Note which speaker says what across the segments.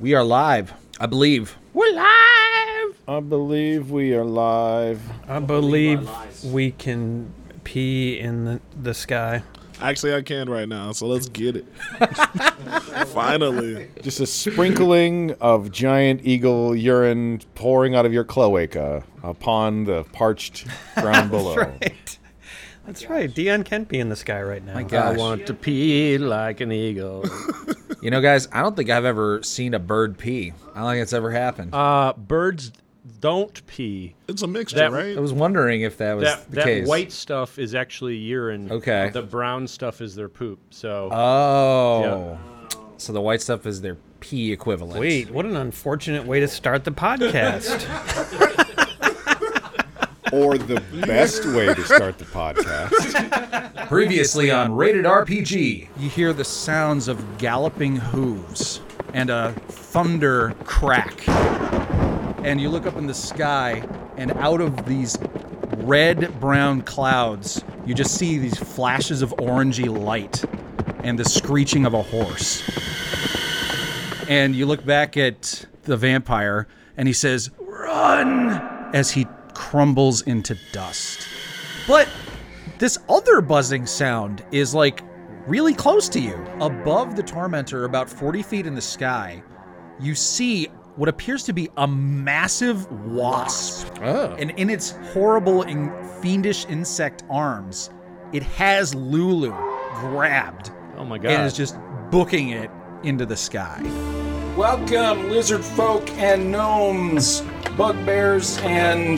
Speaker 1: We are live.
Speaker 2: I believe.
Speaker 1: We're live.
Speaker 3: I believe we are live.
Speaker 4: I believe we can pee in the, the sky.
Speaker 5: Actually, I can right now, so let's get it. Finally.
Speaker 3: Just a sprinkling of giant eagle urine pouring out of your cloaca upon the parched ground below.
Speaker 4: Right. That's right. Dion can pee in the sky right now.
Speaker 1: Gosh.
Speaker 2: Gosh.
Speaker 6: I want to pee like an eagle.
Speaker 1: You know, guys, I don't think I've ever seen a bird pee. I don't think it's ever happened.
Speaker 6: uh, birds don't pee.
Speaker 5: It's a mixture,
Speaker 6: That-
Speaker 5: right?
Speaker 1: I was wondering if that was
Speaker 6: That
Speaker 1: the
Speaker 6: that
Speaker 1: case.
Speaker 6: white stuff is actually urine.
Speaker 1: Okay. Uh,
Speaker 6: The brown stuff is their poop. So
Speaker 1: Oh. So the white stuff is their pee equivalent.
Speaker 4: Wait, what an unfortunate way to start the podcast.
Speaker 3: Or the best way to start the podcast.
Speaker 1: Previously on Rated RPG.
Speaker 2: You hear the sounds of galloping hooves and a thunder crack. And you look up in the sky, and out of these red brown clouds, you just see these flashes of orangey light and the screeching of a horse. And you look back at the vampire, and he says, Run! as he crumbles into dust. But this other buzzing sound is like really close to you. Above the tormentor, about 40 feet in the sky, you see what appears to be a massive wasp. And in its horrible and fiendish insect arms, it has Lulu grabbed
Speaker 6: oh my
Speaker 2: and
Speaker 6: god.
Speaker 2: is just booking it into the sky.
Speaker 7: Welcome, lizard folk and gnomes, bugbears and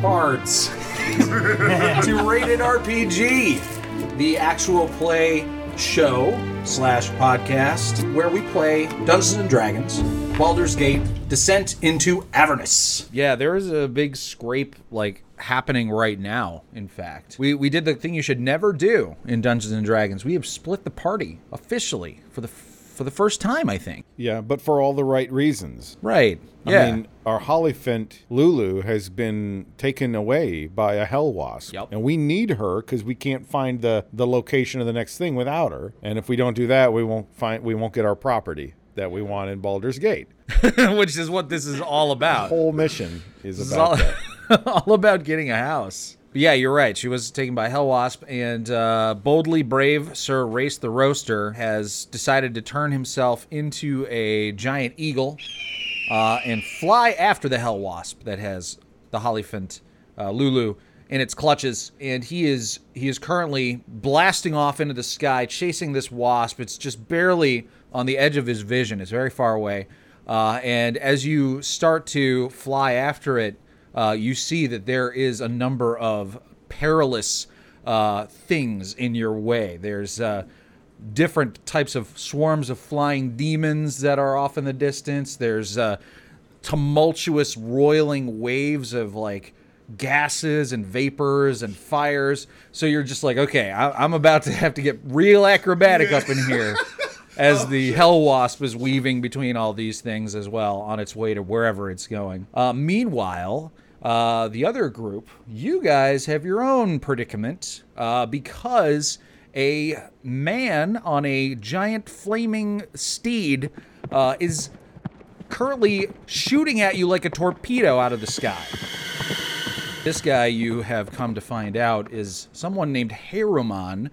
Speaker 7: bards, to Rated RPG, the actual play show slash podcast where we play Dungeons and Dragons, Baldur's Gate, Descent into Avernus.
Speaker 1: Yeah, there is a big scrape like happening right now, in fact. We we did the thing you should never do in Dungeons and Dragons. We have split the party officially for the for the first time, I think.
Speaker 3: yeah, but for all the right reasons.
Speaker 1: Right. Yeah.
Speaker 3: I mean, our Hollyphant Lulu has been taken away by a hell wasp.
Speaker 1: Yep.
Speaker 3: And we need her because we can't find the, the location of the next thing without her. And if we don't do that, we won't find we won't get our property that we want in Baldur's Gate.
Speaker 1: which is what this is all about.
Speaker 3: Whole mission is
Speaker 1: This is
Speaker 3: about
Speaker 1: all,
Speaker 3: that.
Speaker 1: all about getting a house. But yeah, you're right. She was taken by Hell Wasp, and uh, boldly brave Sir Race the Roaster has decided to turn himself into a giant eagle uh, and fly after the Hell Wasp that has the Hollyphant uh, Lulu in its clutches, and he is he is currently blasting off into the sky, chasing this wasp. It's just barely on the edge of his vision. It's very far away, uh, and as you start to fly after it, uh, you see that there is a number of perilous uh, things in your way. There's uh, different types of swarms of flying demons that are off in the distance. There's uh, tumultuous, roiling waves of like gases and vapors and fires. So you're just like, okay, I- I'm about to have to get real acrobatic up in here. As the hell wasp is weaving between all these things as well on its way to wherever it's going. Uh, meanwhile, uh, the other group, you guys have your own predicament uh, because a man on a giant flaming steed uh, is currently shooting at you like a torpedo out of the sky. This guy you have come to find out is someone named Haruman,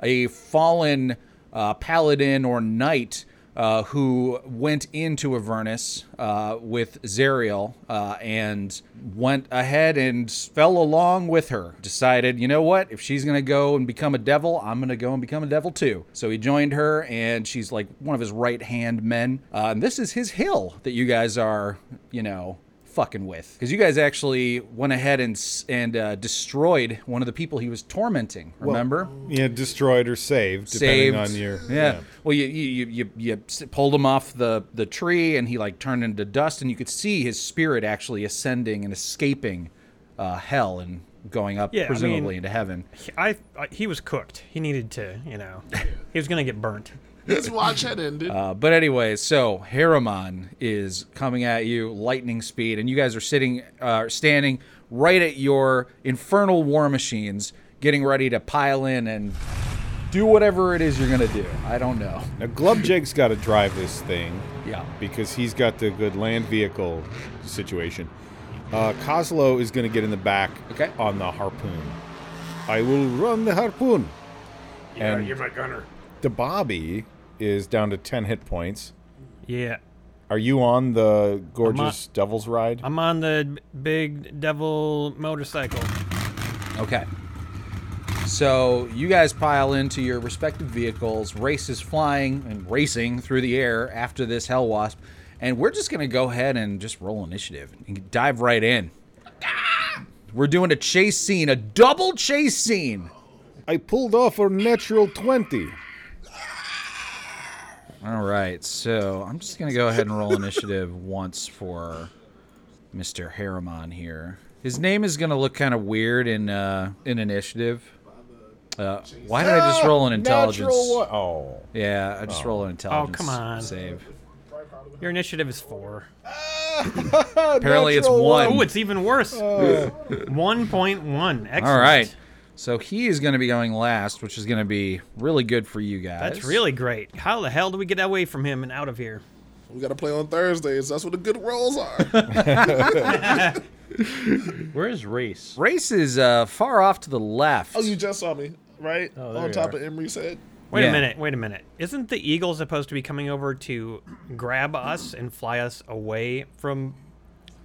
Speaker 1: a fallen uh, paladin or knight uh, who went into Avernus uh, with Zeriel uh, and went ahead and fell along with her. Decided, you know what? If she's going to go and become a devil, I'm going to go and become a devil too. So he joined her, and she's like one of his right hand men. Uh, and this is his hill that you guys are, you know, fucking with because you guys actually went ahead and s- and uh, destroyed one of the people he was tormenting. Remember?
Speaker 3: Yeah, destroyed or saved,
Speaker 1: Saved.
Speaker 3: depending on your.
Speaker 1: yeah. Well, you you, you you you s- pulled him off the the tree, and he like turned into dust, and you could see his spirit actually ascending and escaping uh, hell and going up
Speaker 4: Yeah, I
Speaker 1: presumably
Speaker 4: mean-
Speaker 1: into heaven.
Speaker 4: I, I he was cooked. He needed to, you know, he was gonna get burnt.
Speaker 5: His watch had ended.
Speaker 1: Uh, but anyway, so Haramon is coming at you lightning speed, and you guys are sitting, uh, standing right at your infernal war machines, getting ready to pile in and
Speaker 2: do whatever it is you're gonna do. I don't know.
Speaker 3: Now Glubjeg's got to drive this thing
Speaker 2: Yeah.
Speaker 3: because he's got the good land vehicle situation. Uh, Kozlo is going to get in the back
Speaker 2: Okay.
Speaker 3: on the harpoon. I will run the harpoon. and you're my gunner. The Bobby is down to ten hit points.
Speaker 4: Yeah.
Speaker 3: Are you on the gorgeous Devil's Ride?
Speaker 4: I'm on the b- big devil motorcycle.
Speaker 1: Okay. So you guys pile into your respective vehicles. Race is flying and racing through the air after this hell wasp, and we're just gonna go ahead and just roll initiative and dive right in. We're doing a chase scene, a double chase scene.
Speaker 3: I pulled off a natural twenty.
Speaker 1: All right, so I'm just gonna go ahead and roll initiative once for Mr. Harriman here. His name is gonna look kind of weird in uh, in initiative. Uh, why did I just roll an intelligence?
Speaker 3: Natural one. Oh,
Speaker 1: Yeah, I just roll an intelligence.
Speaker 4: Oh. come on.
Speaker 1: Save.
Speaker 4: Your initiative is four.
Speaker 1: Apparently, it's
Speaker 3: Natural
Speaker 1: one.
Speaker 4: Oh, it's even worse. 1.1. Excellent.
Speaker 1: All right. So he is going to be going last, which is going to be really good for you guys.
Speaker 4: That's really great. How the hell do we get away from him and out of here?
Speaker 5: We gotta play on Thursdays. That's what the good rolls are.
Speaker 6: Where is race?
Speaker 1: Race is uh, far off to the left.
Speaker 5: oh, you just saw me, right?
Speaker 6: there
Speaker 5: on
Speaker 6: you
Speaker 5: top
Speaker 6: are.
Speaker 5: of Emery's head.
Speaker 4: Wait
Speaker 1: Yeah.
Speaker 4: a minute. Wait a minute. Isn't the eagle supposed to be coming over to grab us and fly us away from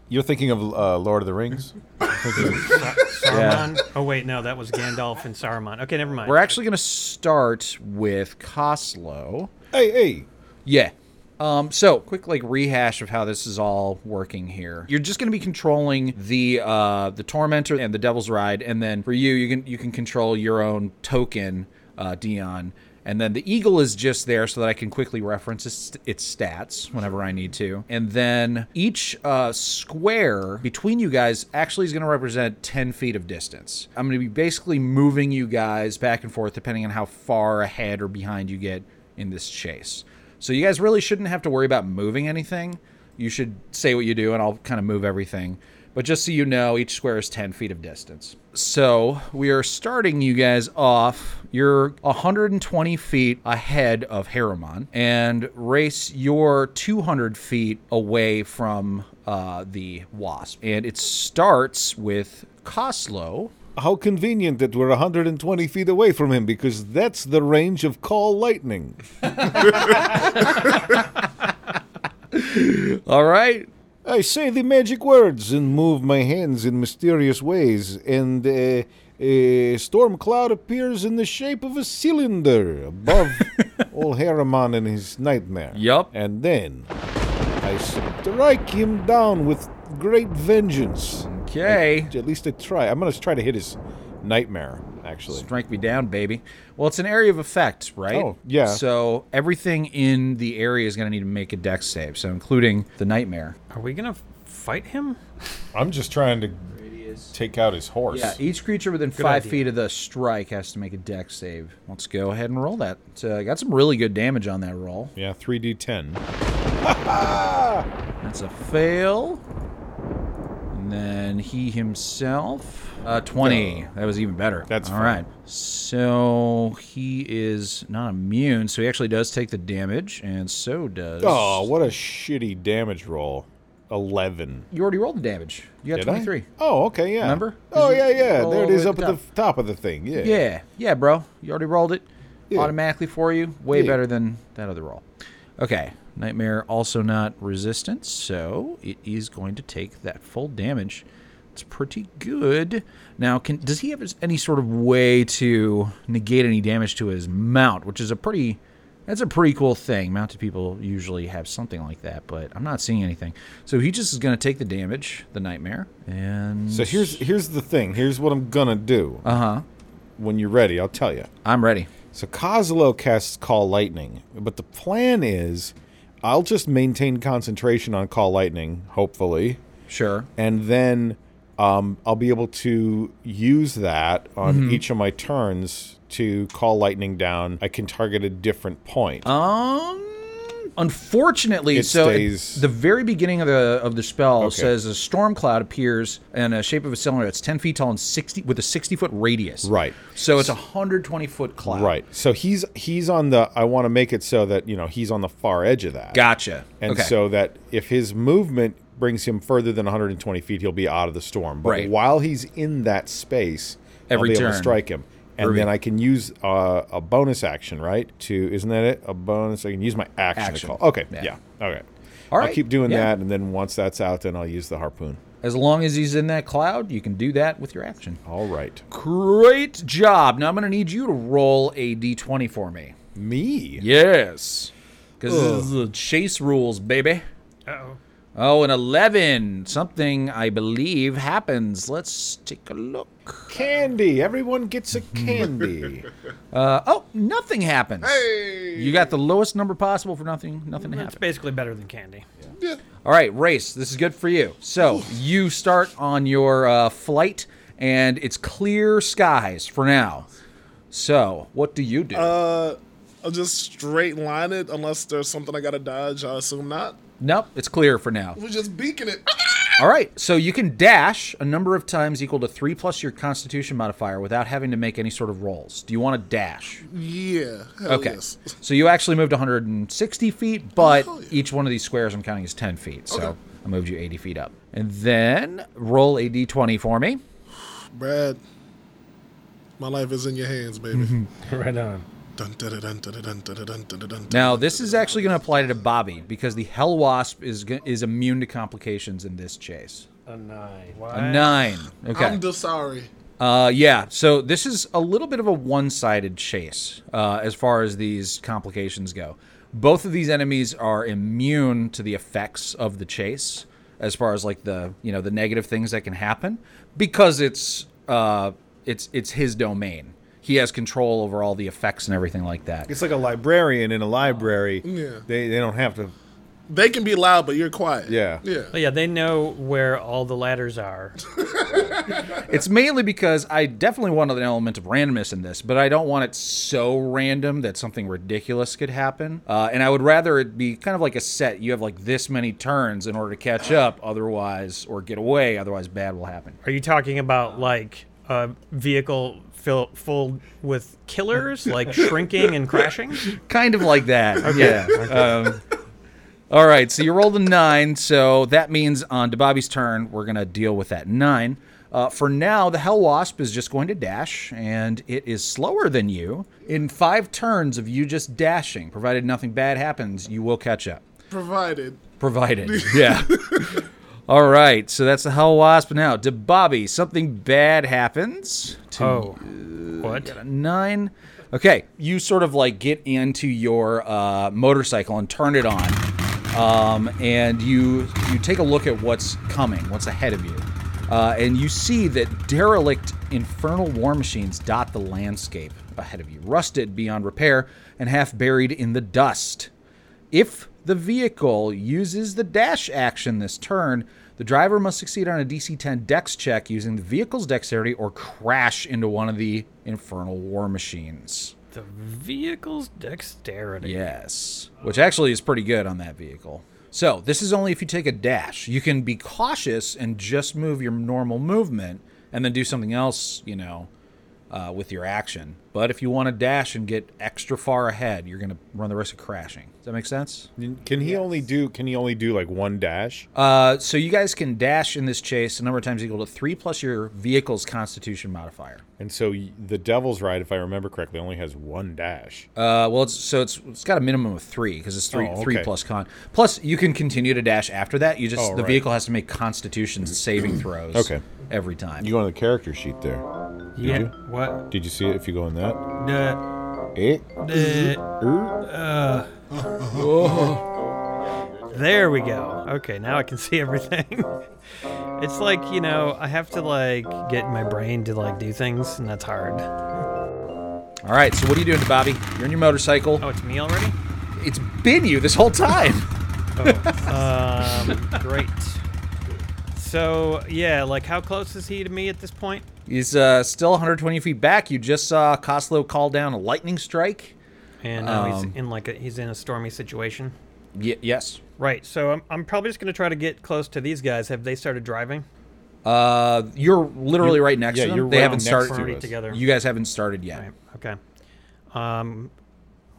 Speaker 3: you're thinking of uh, Lord of the Rings.
Speaker 4: Saruman? Oh, wait. No, that was Gandalf and Saruman. Okay, never mind.
Speaker 1: We're actually going to start with Coslow.
Speaker 3: hey, hey.
Speaker 1: Yeah. Um, so, quick like rehash of how this is all working here. You're just going to be controlling the uh, the tormentor and the devil's ride, and then for you, you can you can control your own token, uh, Dion, and then the eagle is just there so that I can quickly reference its, its stats whenever I need to. And then each uh, square between you guys actually is going to represent 10 feet of distance. I'm going to be basically moving you guys back and forth depending on how far ahead or behind you get in this chase. So you guys really shouldn't have to worry about moving anything. You should say what you do, and I'll kind of move everything. But just so you know, each square is 10 feet of distance. So we are starting you guys off. You're 120 feet ahead of Harriman, and race you're 200 feet away from uh, the wasp. And it starts with Coslow.
Speaker 3: How convenient that we're 120 feet away from him because that's the range of call lightning.
Speaker 1: All right.
Speaker 3: I say the magic words and move my hands in mysterious ways, and uh, a storm cloud appears in the shape of a cylinder above old Harriman in his nightmare.
Speaker 1: Yup.
Speaker 3: And then I strike him down with great vengeance.
Speaker 1: Okay.
Speaker 3: At least I try. I'm going to try to hit his nightmare, actually.
Speaker 1: Strike me down, baby. Well, it's an area of effect, right?
Speaker 3: Oh, yeah.
Speaker 1: So everything in the area is going to need to make a dex save, so including the nightmare.
Speaker 4: Are we going to fight him?
Speaker 3: I'm just trying to take out his horse.
Speaker 1: Yeah, each creature within five
Speaker 4: idea.
Speaker 1: feet of the strike has to make a dex save. Let's go ahead and roll that. So I got some really good damage on that roll.
Speaker 3: Yeah, 3d10.
Speaker 1: That's a fail. And then he himself, uh, 20. That was even better.
Speaker 3: That's
Speaker 1: all
Speaker 3: fine.
Speaker 1: right. So he is not immune, so he actually does take the damage, and so does.
Speaker 3: Oh, what a shitty damage roll. 11.
Speaker 1: You already rolled the damage. You got
Speaker 3: Did I?
Speaker 1: 23.
Speaker 3: Oh, okay, yeah.
Speaker 1: Remember?
Speaker 3: Oh,
Speaker 1: You
Speaker 3: yeah, yeah.
Speaker 1: roll
Speaker 3: There it is
Speaker 1: at
Speaker 3: up
Speaker 1: the
Speaker 3: at the f- top of the thing. Yeah.
Speaker 1: Yeah. Yeah, bro. You already rolled it
Speaker 3: Yeah.
Speaker 1: automatically for you. Way
Speaker 3: Yeah.
Speaker 1: better than that other roll. Okay. Nightmare also not resistant, so it is going to take that full damage. It's pretty good. Now, can does he have any sort of way to negate any damage to his mount, which is a pretty that's a pretty cool thing. Mounted people usually have something like that, but I'm not seeing anything. So he just is going to take the damage, the nightmare, and
Speaker 3: So here's here's the thing. Here's what I'm going to do. Uh huh. When you're ready, I'll tell you.
Speaker 1: I'm ready.
Speaker 3: So Kozlo casts Call Lightning, but the plan is I'll just maintain concentration on Call Lightning, hopefully,
Speaker 1: Sure.
Speaker 3: and then um, I'll be able to use that on each of my
Speaker 1: Uh.
Speaker 3: turns to call lightning down. I can target a different point.
Speaker 1: Um, Unfortunately,
Speaker 3: It
Speaker 1: so at
Speaker 3: stays-
Speaker 1: the very beginning of the of the spell
Speaker 3: Okay.
Speaker 1: says a storm cloud appears in a shape of a cylinder that's ten feet tall and sixty with a sixty foot radius.
Speaker 3: Right.
Speaker 1: So it's a hundred twenty foot cloud.
Speaker 3: Right. So he's he's on the. I want to make it so that you know he's on the far edge of that.
Speaker 1: Gotcha.
Speaker 3: And
Speaker 1: okay.
Speaker 3: so that if his movement brings him further than 120 feet, he'll be out of the storm. But
Speaker 1: Right.
Speaker 3: while he's in that space,
Speaker 1: Every
Speaker 3: I'll be
Speaker 1: turn.
Speaker 3: able to strike him. And
Speaker 1: Groovy.
Speaker 3: then I can use uh, a bonus action, right? To isn't that it? A bonus. I can use my action,
Speaker 1: Action.
Speaker 3: to call. Okay.
Speaker 1: Yeah.
Speaker 3: Yeah. Okay.
Speaker 1: All
Speaker 3: I'll
Speaker 1: right.
Speaker 3: keep doing
Speaker 1: Yeah.
Speaker 3: that, and then once that's out, then I'll use the harpoon.
Speaker 1: as long as he's in that cloud, you can do that with your action.
Speaker 3: All right.
Speaker 1: Great job. Now I'm going to need you to roll a d20 for me.
Speaker 3: Me.
Speaker 1: Yes. Because this is the chase rules, baby.
Speaker 4: Uh-oh.
Speaker 1: Oh, an 11. Something, I believe, happens. Let's take a look.
Speaker 3: Candy. Everyone gets a candy.
Speaker 1: Uh, oh, nothing happens.
Speaker 5: Hey.
Speaker 1: You got the lowest number possible for nothing. Nothing
Speaker 4: It's
Speaker 1: happens.
Speaker 4: basically better than candy.
Speaker 5: Yeah.
Speaker 1: All right, race. This is good for you. So you start on your uh, flight, and it's clear skies for now. So what do you do?
Speaker 5: Uh, I'll just straight line it unless there's something I gotta dodge. I assume not.
Speaker 1: nope, it's clear for now.
Speaker 5: We're just beaking it.
Speaker 1: All right, so you can dash a number of times equal to three plus your Constitution modifier without having to make any sort of rolls. Do you want to dash?
Speaker 5: yeah. Hell
Speaker 1: Okay.
Speaker 5: Yes. Oh,
Speaker 1: So you actually moved 160 feet, but
Speaker 5: Hell yeah.
Speaker 1: each one of these squares I'm counting is 10 feet. So
Speaker 5: Okay.
Speaker 1: I moved you 80 feet up. And then roll a d20 for me.
Speaker 5: Brad, my life is in your hands, baby.
Speaker 6: Right on.
Speaker 5: Dun, dun, dun, dun, dun, dun, dun, dun, dun, dun,
Speaker 1: Now
Speaker 5: dun.
Speaker 1: this is actually going to apply to Bobby because the Hell Wasp is go- is immune to complications in this chase.
Speaker 6: A nine.
Speaker 1: A nine. Okay.
Speaker 5: I'm just sorry.
Speaker 1: Uh, yeah, so this is a little bit of a one sided chase uh, as far as these complications go. Both of these enemies are immune to the effects of the chase as far as like the you know the negative things that can happen because it's uh it's it's his domain he has control over all the effects and everything like that
Speaker 3: it's like a librarian in a library.
Speaker 5: Yeah.
Speaker 3: They they don't have to.
Speaker 5: They can be loud, but you're quiet.
Speaker 3: Yeah.
Speaker 5: Yeah.
Speaker 4: But yeah, they know where all the ladders are.
Speaker 1: It's mainly because I definitely want an element of randomness in this, but I don't want it so random that something ridiculous could happen. Uh, and I would rather it be kind of like a set. You have like this many turns in order to catch up, otherwise, or get away, otherwise, bad will happen.
Speaker 4: Are you talking about like a vehicle fill, full with killers, like shrinking and crashing?
Speaker 1: Kind of like that. Yeah. Um, all right, so you rolled a nine, so that means on to Bobby's turn, we're going to deal with that nine. Uh, for now, the Hell Wasp is just going to dash, and it is slower than you. In five turns of you just dashing, provided nothing bad happens, you will catch up.
Speaker 5: Provided.
Speaker 1: Provided. Yeah. All right, so that's the Hell Wasp. Now, to Bobby, something bad happens. To
Speaker 4: Oh, what?
Speaker 1: nine. Okay, you sort of like get into your uh, motorcycle and turn it on, um, and you you take a look at what's coming, what's ahead of you, uh, and you see that derelict infernal war machines dot the landscape ahead of you, rusted beyond repair and half buried in the dust. If the vehicle uses the dash action this turn, the driver must succeed on a DC 10 dex check using the vehicle's dexterity or crash into one of the infernal war machines.
Speaker 4: The vehicle's dexterity.
Speaker 1: Yes. Which actually is pretty good on that vehicle. So, this is only if you take a dash. You can be cautious and just move your normal movement and then do something else, you know, uh, with your action. But if you want to dash and get extra far ahead, you're going to run the risk of crashing. Does that make sense?
Speaker 3: Can he only do? Can he only do like one dash?
Speaker 1: Uh, so you guys can dash in this chase a number of times equal to three plus your vehicle's constitution modifier.
Speaker 3: And so y- the Devil's Ride, if I remember correctly, only has one dash.
Speaker 1: Uh, well, it's, so it's it's got a minimum of three because it's three
Speaker 3: Oh,
Speaker 1: three
Speaker 3: okay.
Speaker 1: plus con. Plus, you can continue to dash after that. You just
Speaker 3: Oh,
Speaker 1: the
Speaker 3: right.
Speaker 1: vehicle has to make constitution saving throws.
Speaker 3: Okay.
Speaker 1: Every time.
Speaker 3: You go on the character sheet there.
Speaker 4: Yeah.
Speaker 3: you?
Speaker 4: What?
Speaker 3: Did you see it? If you go on that,
Speaker 4: The,
Speaker 3: eh?
Speaker 4: the,
Speaker 3: er?
Speaker 4: there we go. Okay, now I can see everything. it's like you know, I have to like get my brain to like do things, and that's hard.
Speaker 1: All right. So what are you doing to Bobby? You're in your motorcycle.
Speaker 4: Oh, it's me already.
Speaker 1: It's been you this whole time.
Speaker 4: Um, great. So yeah, like how close is he to me at this point?
Speaker 1: He's uh, still 120 feet back. You just saw Coslow call down a lightning strike.
Speaker 4: And now
Speaker 1: Um,
Speaker 4: he's in like a, he's in a stormy situation.
Speaker 1: Y- yes.
Speaker 4: Right. So I'm, I'm probably just going to try to get close to these guys. Have they started driving?
Speaker 1: Uh, you're literally right next
Speaker 3: yeah,
Speaker 1: to them.
Speaker 3: you're
Speaker 1: they
Speaker 3: right
Speaker 1: haven't
Speaker 3: next
Speaker 1: started.
Speaker 3: to
Speaker 4: Already
Speaker 3: us.
Speaker 4: together.
Speaker 1: You guys haven't started yet.
Speaker 4: Right. Okay. Um,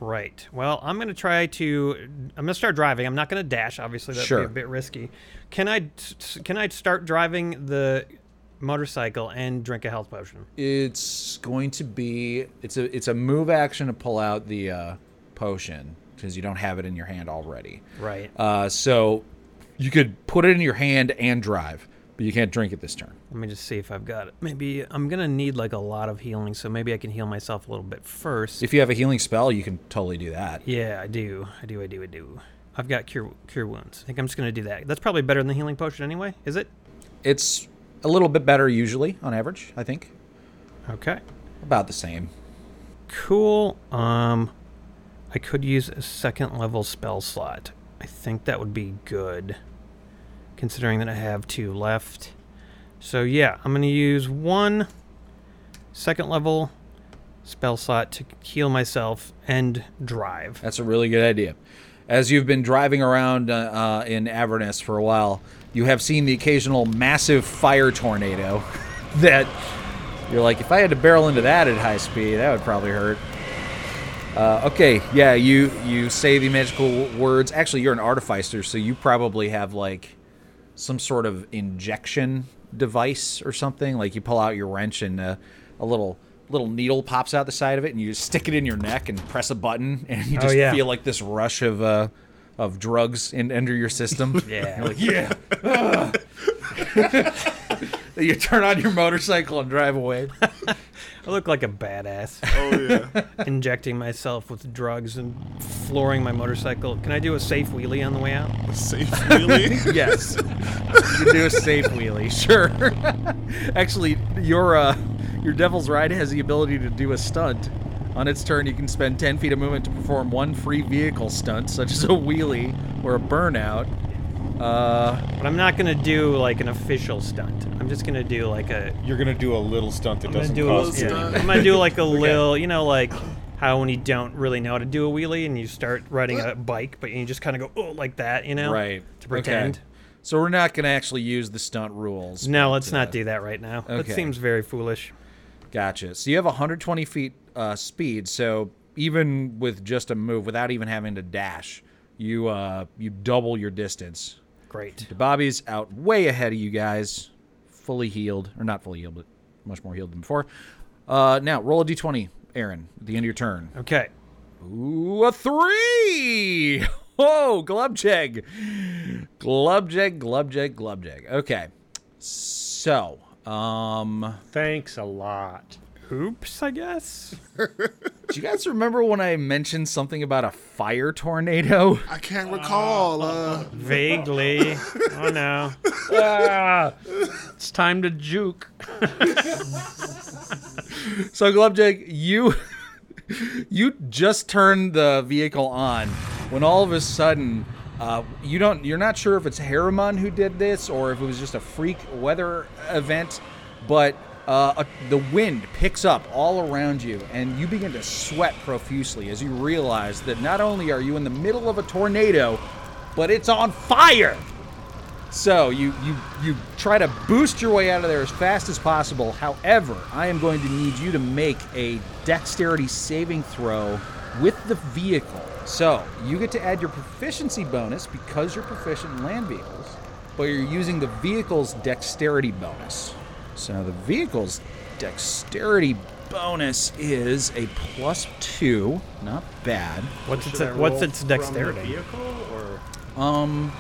Speaker 4: right. Well, I'm going to try to. I'm going to start driving. I'm not going to dash. Obviously, that'd
Speaker 1: Sure.
Speaker 4: be a bit risky. Can I? s- s- Can I start driving the motorcycle and drink a health potion?
Speaker 1: It's going to be it's a it's a move action to pull out the uh, potion because you don't have it in your hand already.
Speaker 4: Right.
Speaker 1: Uh, so you could put it in your hand and drive, but you can't drink it this turn.
Speaker 4: Let me just see if I've got it. Maybe I'm going to need like a lot of healing, so maybe I can heal myself a little bit first.
Speaker 1: If you have a healing spell, you can totally do that.
Speaker 4: yeah, I do. I do. I do. I do. I've got cure cure wounds. I think I'm just going to do that. That's probably better than the healing potion anyway. Is it?
Speaker 1: It's a little bit better usually on average. I think
Speaker 4: Okay.
Speaker 1: about the same.
Speaker 4: Cool. Um, I could use a second level spell slot. I think that would be good, considering that I have two left. So yeah, I'm gonna use one second level spell slot to heal myself and drive.
Speaker 1: That's a really good idea. As you've been driving around uh, uh, in Avernus for a while, you have seen the occasional massive fire tornado that you're like, if I had to barrel into that at high speed, that would probably hurt. Uh, okay, yeah, you you say the magical w- words. Actually, you're an artificer, so you probably have like some sort of injection device or something. Like you pull out your wrench and uh, a little little needle pops out the side of it, and you just stick it in your neck and press a button, and you
Speaker 4: Oh,
Speaker 1: just
Speaker 4: yeah.
Speaker 1: feel like this rush of uh, of drugs in, enter your system.
Speaker 4: Yeah.
Speaker 1: You're like, yeah. Ugh." you turn on your motorcycle and drive away.
Speaker 4: I look like a badass
Speaker 5: Oh yeah.
Speaker 4: injecting myself with drugs and flooring my motorcycle. Can I do a safe wheelie on the way out?
Speaker 5: Safe really.
Speaker 1: Yes. you can do a safe wheelie, sure. Actually, your uh, your Devil's Ride has the ability to do a stunt. On its turn, you can spend 10 feet of movement to perform one free vehicle stunt, such as a wheelie or a burnout. Uh,
Speaker 4: But I'm not gonna do like an official stunt. I'm just gonna do like a
Speaker 3: You're gonna do a little stunt that
Speaker 4: I'm gonna
Speaker 3: doesn't
Speaker 4: do a
Speaker 3: cost you.
Speaker 4: little,
Speaker 5: stunt.
Speaker 4: yeah. I'm gonna do like a lil, you know, like how when you don't really know how to do a wheelie and you start riding a bike, but you just kind of go oh like that, you know,
Speaker 1: right.
Speaker 4: To
Speaker 1: Okay.
Speaker 4: pretend.
Speaker 1: So we're not going to actually use the stunt rules.
Speaker 4: No, let's not do that right now.
Speaker 1: okay.
Speaker 4: That seems very foolish.
Speaker 1: Gotcha. So you have 120 feet uh, speed. So even with just a move, without even having to dash, you uh, you double your distance.
Speaker 4: Great.
Speaker 1: Bobby's out way ahead of you guys, fully healed or not fully healed, but much more healed than before. Uh, now roll a d20, Aaron, at the end of your turn.
Speaker 4: Okay.
Speaker 1: Ooh, a three! Oh, Glubjeg, Glubjeg, Glubjeg, Glubjeg. Okay, so um,
Speaker 6: Thanks a lot.
Speaker 4: Oops, I guess.
Speaker 1: do you guys remember when I mentioned something about a fire tornado?
Speaker 5: I can't recall. Uh,
Speaker 4: Vaguely. oh no.
Speaker 6: Ah, It's time to juke.
Speaker 1: So Glubjig, you you just turned the vehicle on when all of a sudden uh, you don't you're not sure if it's Harriman who did this or if it was just a freak weather event, but uh, a, the wind picks up all around you and you begin to sweat profusely as you realize that not only are you in the middle of a tornado, but it's on fire. So you you you try to boost your way out of there as fast as possible. However, I am going to need you to make a dexterity saving throw with the vehicle. So you get to add your proficiency bonus because you're proficient in land vehicles, but you're using the vehicle's dexterity bonus. So the vehicle's dexterity bonus is a plus two. Not bad.
Speaker 4: What's its
Speaker 6: Should I
Speaker 4: what's
Speaker 6: roll
Speaker 4: its
Speaker 6: from the
Speaker 4: dexterity?
Speaker 6: vehicle or
Speaker 1: Um,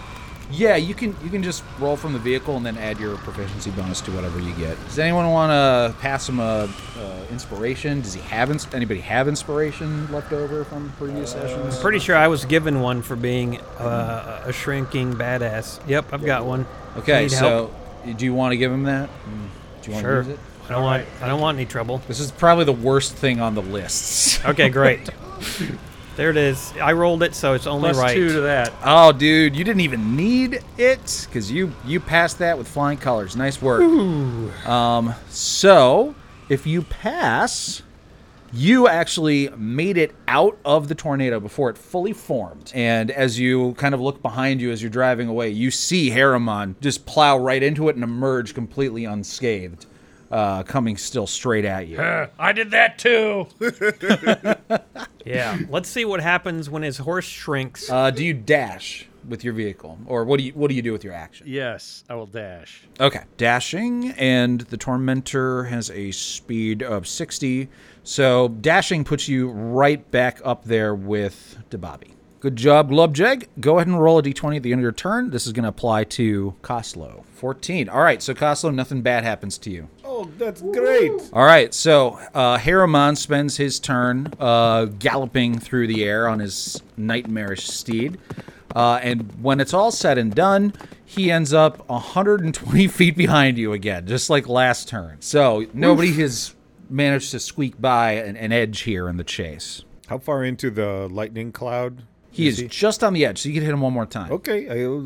Speaker 1: yeah, you can you can just roll from the vehicle and then add your proficiency bonus to whatever you get. Does anyone want to pass him a uh, inspiration? Does he have ins- anybody have inspiration left over from previous
Speaker 4: Uh,
Speaker 1: sessions?
Speaker 4: Pretty sure I was given one for being uh, a shrinking badass. Yep, I've got one.
Speaker 1: okay,
Speaker 4: Need
Speaker 1: so
Speaker 4: help?
Speaker 1: do you want to give him that? Mm, Do you want
Speaker 4: sure.
Speaker 1: to use it?
Speaker 4: I don't want I don't want any trouble.
Speaker 1: This is probably the worst thing on the list.
Speaker 4: Okay, great. there it is. I rolled it, so it's only
Speaker 6: plus
Speaker 4: right.
Speaker 6: two to that?
Speaker 1: Oh, dude, you didn't even need it because you you passed that with flying colors. Nice work. Um, so if you pass, You actually made it out of the tornado before it fully formed. And as you kind of look behind you as you're driving away, you see Harriman just plow right into it and emerge completely unscathed, uh, coming still straight at you.
Speaker 6: I did that too.
Speaker 4: Yeah. Let's see what happens when his horse shrinks.
Speaker 1: Uh, do you dash with your vehicle, or what do you what do you do with your action?
Speaker 6: yes, I will dash.
Speaker 1: Okay, dashing, and the tormentor has a speed of sixty, so dashing puts you right back up there with Debabi. Good job, Glubjeg. Go ahead and roll a d20 at the end of your turn. This is going to apply to Koslow. 14. All right, so Koslow, nothing bad happens to you.
Speaker 3: Oh, that's great.
Speaker 1: All right, so uh, Haramon spends his turn uh, galloping through the air on his nightmarish steed. Uh, and when it's all said and done, he ends up 120 feet behind you again, just like last turn. So nobody has managed to squeak by an, an edge here in the chase.
Speaker 3: How far into the lightning cloud?
Speaker 1: He Oh, is just on the edge, so you can hit him one more time.
Speaker 3: Okay, I'll, uh,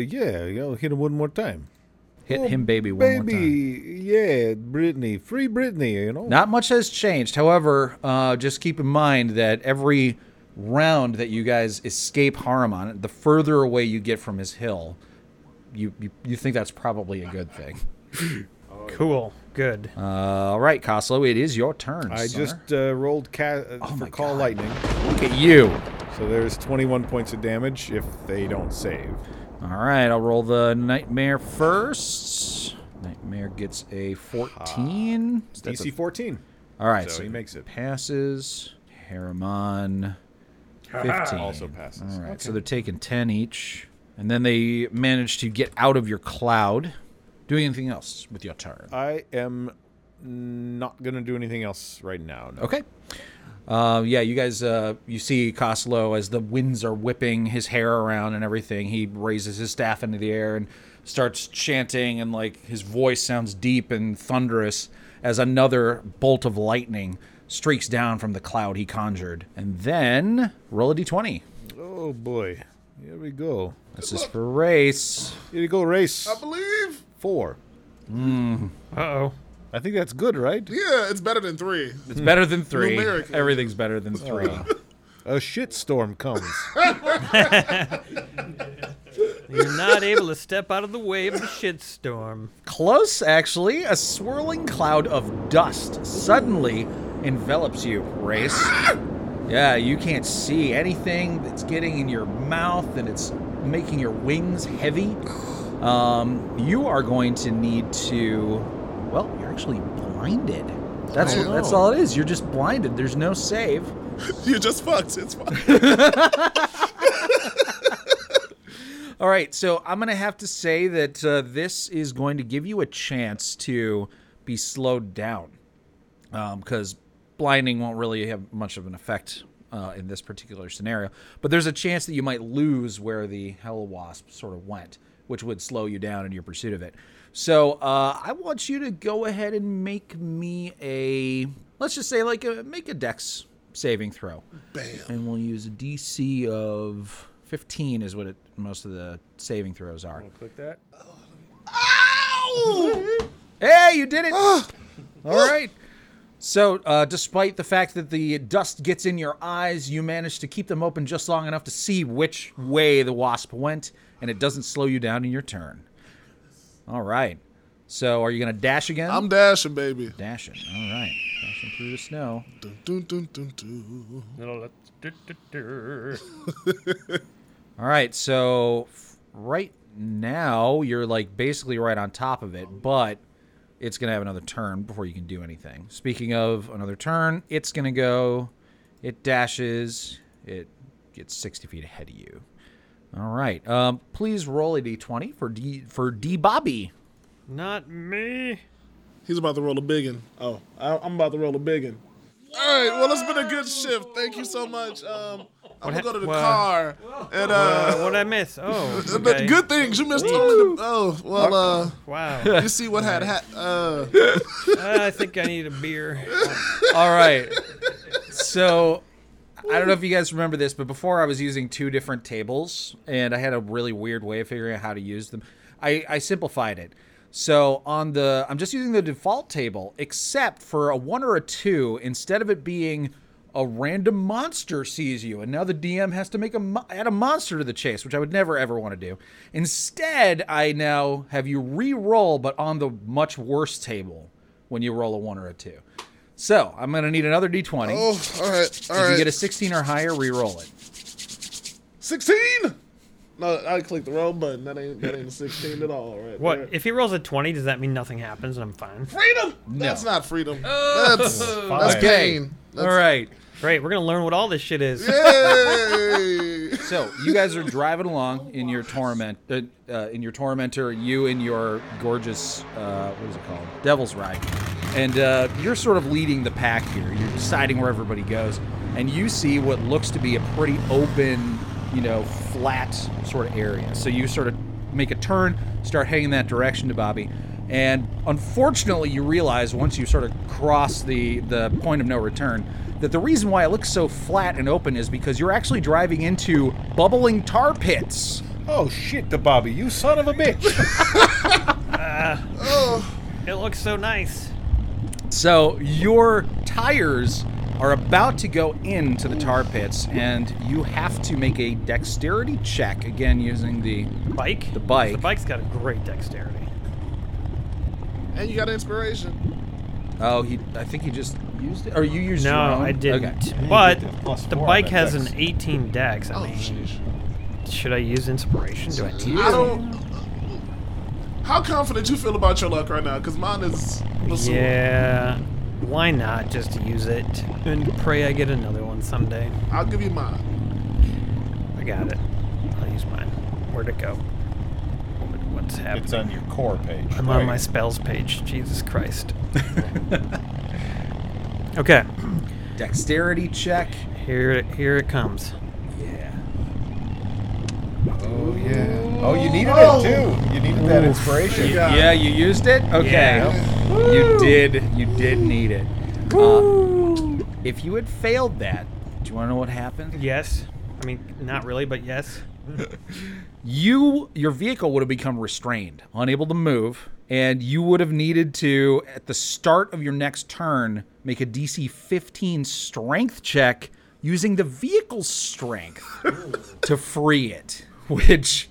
Speaker 3: yeah, I'll hit him one more time.
Speaker 1: Hit
Speaker 3: Oh,
Speaker 1: him, baby, one more time.
Speaker 3: Baby, yeah, Britney, free Britney, you know.
Speaker 1: Not much has changed. However, uh, just keep in mind that every round that you guys escape Haramon, the further away you get from his hill, you you, you think that's probably a good thing.
Speaker 4: cool. Good.
Speaker 1: all right, Koslo, it is your turn.
Speaker 3: I
Speaker 1: sir.
Speaker 3: just uh, rolled ca- uh, for
Speaker 1: my
Speaker 3: call
Speaker 1: God.
Speaker 3: lightning,
Speaker 1: look at you.
Speaker 3: so there's 21 points of damage if they don't save.
Speaker 1: All right, I'll roll the nightmare first. Nightmare gets a fourteen. That's a-
Speaker 3: DC 14.
Speaker 1: all right,
Speaker 3: so
Speaker 1: so,
Speaker 3: he makes it.
Speaker 1: passes. Haramon, fifteen
Speaker 3: Also passes.
Speaker 1: All right, so they're taking 10 each. And then they manage to get out of your cloud. Doing anything else with your turn?
Speaker 3: I am not gonna do anything else right now. No.
Speaker 1: Okay. Uh, yeah, you guys, uh, you see Coslow as the winds are whipping his hair around and everything. He raises his staff into the air and starts chanting, and like his voice sounds deep and thunderous as another bolt of lightning streaks down from the cloud he conjured. And then roll a d20.
Speaker 3: Oh boy, here we go.
Speaker 1: This is for race.
Speaker 3: Here you go, race
Speaker 5: I believe.
Speaker 3: four.
Speaker 1: Mm-hmm.
Speaker 4: Uh oh.
Speaker 3: I think that's good, right?
Speaker 5: Yeah, it's better than three.
Speaker 1: It's better than three.
Speaker 5: Numerically. Oh.
Speaker 1: Everything's better than three.
Speaker 3: A shitstorm comes.
Speaker 4: You're not able to step out of the way of the shitstorm.
Speaker 1: Close, actually. A swirling cloud of dust suddenly envelops you, Race. Yeah, you can't see anything that's getting in your mouth and it's making your wings heavy. Um, you are going to need to. Well, you're actually blinded. That's,
Speaker 5: Oh, no.
Speaker 1: that's all it is. You're just blinded. There's no save.
Speaker 5: You just fucked. It's fine.
Speaker 1: All right, so I'm going to have to say that uh, this is going to give you a chance to be slowed down because blinding won't really have much of an effect uh, in this particular scenario. But there's a chance that you might lose where the Hell Wasp sort of went, which would slow you down in your pursuit of it. So uh, I want you to go ahead and make me a, let's just say, like, a, make a dex saving throw.
Speaker 5: Bam.
Speaker 1: And we'll use a DC of 15 is what it, most of the saving throws are.
Speaker 6: Click that.
Speaker 1: Hey, you did it! All right. So, uh, despite the fact that the dust gets in your eyes, you manage to keep them open just long enough to see which way the wasp went, and it doesn't slow you down in your turn. All right. So, are you going to dash again?
Speaker 5: I'm dashing, baby.
Speaker 1: dashing. All right. Dashing through the snow.
Speaker 5: Dun, dun, dun, dun, dun.
Speaker 6: Little- du- du- du.
Speaker 1: All right, so f- right now you're like basically right on top of it, but it's gonna have another turn before you can do anything. Speaking of another turn, it's gonna go. It dashes. It gets 60 feet ahead of you. All right. Um, please roll a d20 for d for d Bobby.
Speaker 4: Not me.
Speaker 5: He's about to roll a biggin. Oh, I, I'm about to roll a biggin. All right. Well, it's been a good shift. Thank you so much. Um, I'm gonna
Speaker 4: hap-
Speaker 5: go to the
Speaker 4: what-
Speaker 5: car and uh.
Speaker 4: What'd I miss? Oh.
Speaker 5: But
Speaker 4: okay.
Speaker 5: good things you missed only the oh well uh
Speaker 4: Wow.
Speaker 5: you see what had ha- uh
Speaker 4: I think I need a beer.
Speaker 1: All right. So I don't know if you guys remember this, but before I was using two different tables, and I had a really weird way of figuring out how to use them. I, I simplified it. So on the, I'm just using the default table, except for a one or a two, instead of it being a random monster sees you, and now the DM has to make a mo- add a monster to the chase, which I would never ever want to do. Instead, I now have you re-roll, but on the much worse table when you roll a one or a two. So I'm gonna need another d20.
Speaker 5: Oh, all right, all
Speaker 1: if
Speaker 5: right.
Speaker 1: you get a 16 or higher, re-roll it.
Speaker 5: 16. No, I clicked the wrong button. That ain't that ain't a 16 at all, right?
Speaker 4: What
Speaker 5: there.
Speaker 4: if he rolls a twenty? Does that mean nothing happens and I'm fine?
Speaker 5: freedom? That's not freedom. That's that's
Speaker 1: Okay.
Speaker 5: pain.
Speaker 1: All right.
Speaker 4: Great, we're gonna learn what all this shit is.
Speaker 5: Yay!
Speaker 1: So you guys are driving along in your torment, uh, uh, in your tormentor, you and your gorgeous, uh, what is it called, Devil's Ride, and uh, you're sort of leading the pack here. You're deciding where everybody goes, and you see what looks to be a pretty open, you know, flat sort of area. So you sort of make a turn, start heading that direction to Bobby, and unfortunately, you realize once you sort of cross the the point of no return that the reason why it looks so flat and open is because you're actually driving into bubbling tar pits.
Speaker 3: Oh shit, the Bobby, you son of a bitch!
Speaker 4: It looks so nice.
Speaker 1: So your tires are about to go into the tar pits, and you have to make a dexterity check again using the.
Speaker 4: Bike. The
Speaker 1: bike.
Speaker 4: The bike's got a great dexterity.
Speaker 5: and you got inspiration.
Speaker 1: Oh, he. I think he just used it, or you used your
Speaker 4: No,
Speaker 1: own?
Speaker 4: I didn't.
Speaker 1: Okay.
Speaker 4: But
Speaker 3: get the plus
Speaker 4: the
Speaker 3: four on
Speaker 4: bike
Speaker 3: that
Speaker 4: has
Speaker 3: dex.
Speaker 4: an 18 dex. I
Speaker 5: Oh,
Speaker 4: mean,
Speaker 5: sheesh.
Speaker 4: should I use inspiration? Do I need
Speaker 5: I don't. How confident you feel about your luck right now? Because mine is. basura.
Speaker 4: Yeah. Why not just use it and pray I get another one someday?
Speaker 5: I'll give you mine.
Speaker 4: I got it. I'll use mine. Where'd it go? What- What's happening?
Speaker 2: It's on your core page.
Speaker 4: I'm on my spells page. Jesus Christ. okay.
Speaker 1: Dexterity check.
Speaker 4: Here, it- here it comes.
Speaker 1: Yeah.
Speaker 3: oh yeah. Oh, you needed it too. You needed that inspiration.
Speaker 5: Yeah.
Speaker 1: Yeah, you used it. Okay. You did. You did need it. Uh, if you had failed that, do you want to know what happened?
Speaker 4: Yes. I mean, not really, but yes.
Speaker 1: You, your vehicle would have become restrained, unable to move, and you would have needed to, at the start of your next turn, make a DC 15 strength check using the vehicle's strength to free it, which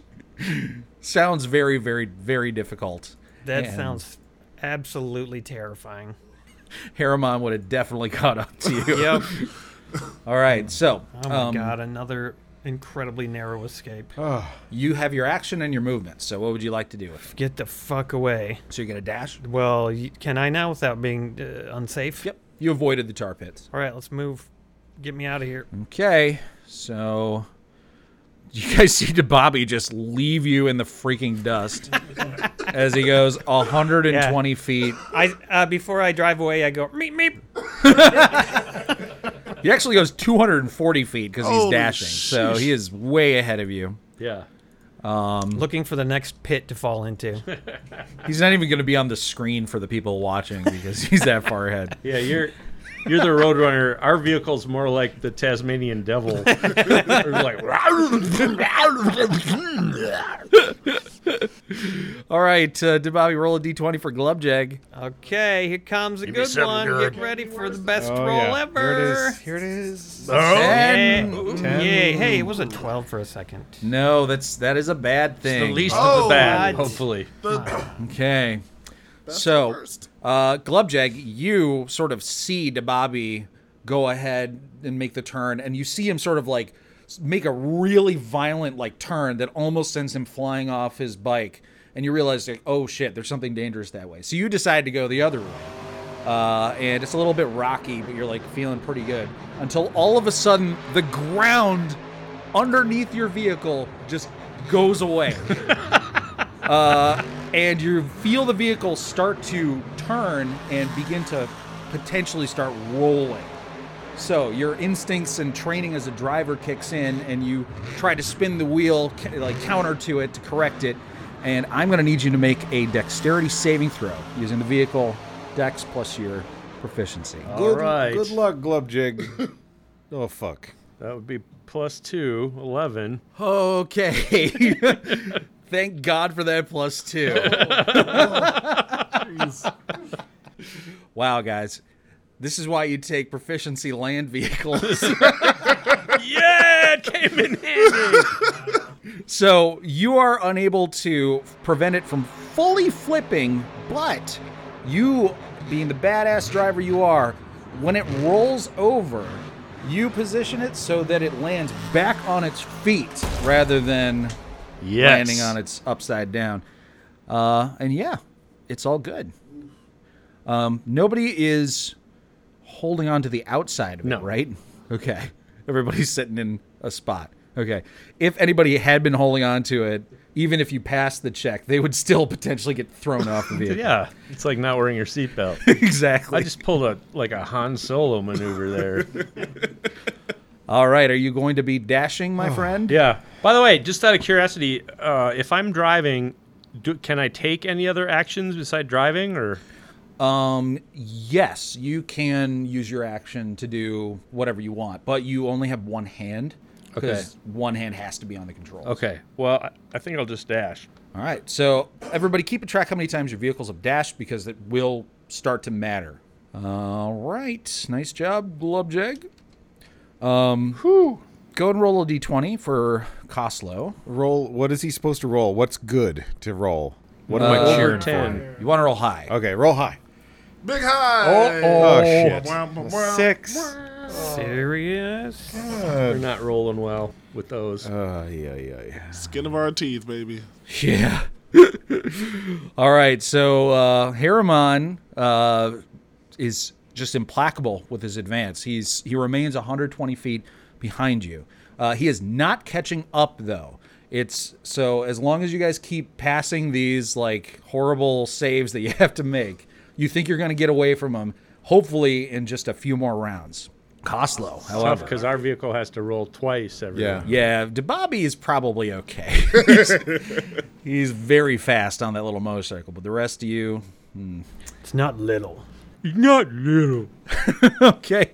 Speaker 1: sounds very, very, very difficult.
Speaker 4: That
Speaker 1: And-
Speaker 4: sounds absolutely terrifying.
Speaker 1: Haramon would have definitely caught up to you.
Speaker 4: Yep.
Speaker 1: All right, so
Speaker 4: Oh my
Speaker 1: um,
Speaker 4: god, another incredibly narrow escape.
Speaker 1: you have your action and your movement. So what would you like to do? With it?
Speaker 4: Get the fuck away.
Speaker 1: So you're gonna dash?
Speaker 4: Well, y can I now without being uh, unsafe?
Speaker 1: Yep. You avoided the tar pits.
Speaker 4: All right, let's move. Get me out of here.
Speaker 1: Okay, so you guys see the Bobby just leave you in the freaking dust as he goes 120 feet.
Speaker 4: I uh, before I drive away, I go meep meep.
Speaker 1: He actually goes 240 feet because he's
Speaker 5: Holy
Speaker 1: dashing. So
Speaker 5: sheesh.
Speaker 1: he is way ahead of you.
Speaker 6: Yeah.
Speaker 4: Looking for the next pit to fall into.
Speaker 1: He's not even going to be on the screen for the people watching because he's that far ahead.
Speaker 6: Yeah, you're you're the roadrunner. Our vehicle's more like the Tasmanian devil. They're like,
Speaker 1: All right, uh, did Bobby roll a d20 for Glubjag?
Speaker 6: Oh,
Speaker 4: Okay, here comes a
Speaker 6: me
Speaker 4: good
Speaker 6: something
Speaker 4: one.
Speaker 6: good.
Speaker 4: Get ready for the best
Speaker 3: Oh,
Speaker 4: roll
Speaker 3: yeah. Here
Speaker 4: ever.
Speaker 3: it is. Here it is.
Speaker 4: Yeah.
Speaker 1: Ten.
Speaker 4: Ooh, Yay. Hey, it was a 12 for a second.
Speaker 1: No, that's that is a bad
Speaker 6: the
Speaker 1: thing.
Speaker 6: least of
Speaker 5: Oh,
Speaker 6: the
Speaker 4: God.
Speaker 6: bad, hopefully.
Speaker 1: Okay. so,
Speaker 5: worst.
Speaker 1: uh, Glubjag, you sort of see Bobby go ahead and make the turn, and you see him sort of like s- make a really violent like turn that almost sends him flying off his bike, and you realize like, oh shit, there's something dangerous that way. So you decide to go the other way. Uh, and it's a little bit rocky, but you're like feeling pretty good until all of a sudden the ground underneath your vehicle just goes away. uh, and you feel the vehicle start to turn and begin to potentially start rolling. So your instincts and training as a driver kicks in, and you try to spin the wheel ca- like counter to it to correct it. And I'm going to need you to make a dexterity saving throw using the vehicle dex plus your proficiency.
Speaker 6: All right.
Speaker 3: Good luck, Glubjig. oh fuck.
Speaker 6: That would be plus two, 11.
Speaker 1: Okay. Thank God for that plus two. wow, guys. This is why you take proficiency land vehicles.
Speaker 6: yeah, it came in handy.
Speaker 1: so you are unable to prevent it from fully flipping, but you, being the badass driver you are, when it rolls over, you position it so that it lands back on its feet rather than
Speaker 6: yes.
Speaker 1: landing on its upside down. Uh, and yeah, it's all good. Um, nobody is holding on to the outside of
Speaker 6: No.
Speaker 1: it, right? Okay. Everybody's sitting in a spot. Okay. If anybody had been holding on to it, even if you passed the check, they would still potentially get thrown off the vehicle.
Speaker 6: Yeah, it's like not wearing your seatbelt.
Speaker 1: exactly.
Speaker 6: I just pulled a like a Han Solo maneuver there.
Speaker 1: All right. Are you going to be dashing,
Speaker 6: Oh,
Speaker 1: my friend?
Speaker 6: Yeah. By the way, just out of curiosity, uh, if I'm driving, do, can I take any other actions beside driving? Or
Speaker 1: Um, yes, you can use your action to do whatever you want, but you only have one hand. Because one hand has to be on the controls.
Speaker 6: okay, well, I, I think I'll just dash.
Speaker 1: All right. So everybody, keep a track how many times your vehicles have dashed because it will start to matter. All right. Nice job, Glubjeg. Um, Go and roll a d20 for Coslow.
Speaker 3: Roll. What is he supposed to roll? What's good to roll? What am I
Speaker 6: Over
Speaker 3: cheering
Speaker 6: ten.
Speaker 1: You want to roll high.
Speaker 3: for? Okay, roll high.
Speaker 5: Big high.
Speaker 3: Oh, shit.
Speaker 5: Wah, wah, wah.
Speaker 3: Six.
Speaker 4: Serious?
Speaker 6: We're not rolling well with those.
Speaker 3: Uh, yeah, yeah, yeah.
Speaker 5: Skin of our teeth, baby.
Speaker 1: Yeah. All right. So uh, Harriman uh, is just implacable with his advance. He's he remains 120 feet behind you. Uh, he is not catching up though. It's so as long as you guys keep passing these like horrible saves that you have to make, you think you're going to get away from him. Hopefully, in just a few more rounds. Costlow,
Speaker 6: Tough
Speaker 1: however,
Speaker 6: because our vehicle has to roll twice every.
Speaker 3: Yeah.
Speaker 1: yeah, DeBobby is probably okay. he's, he's very fast on that little motorcycle, but the rest of you,
Speaker 4: It's not little.
Speaker 6: Not little.
Speaker 1: okay,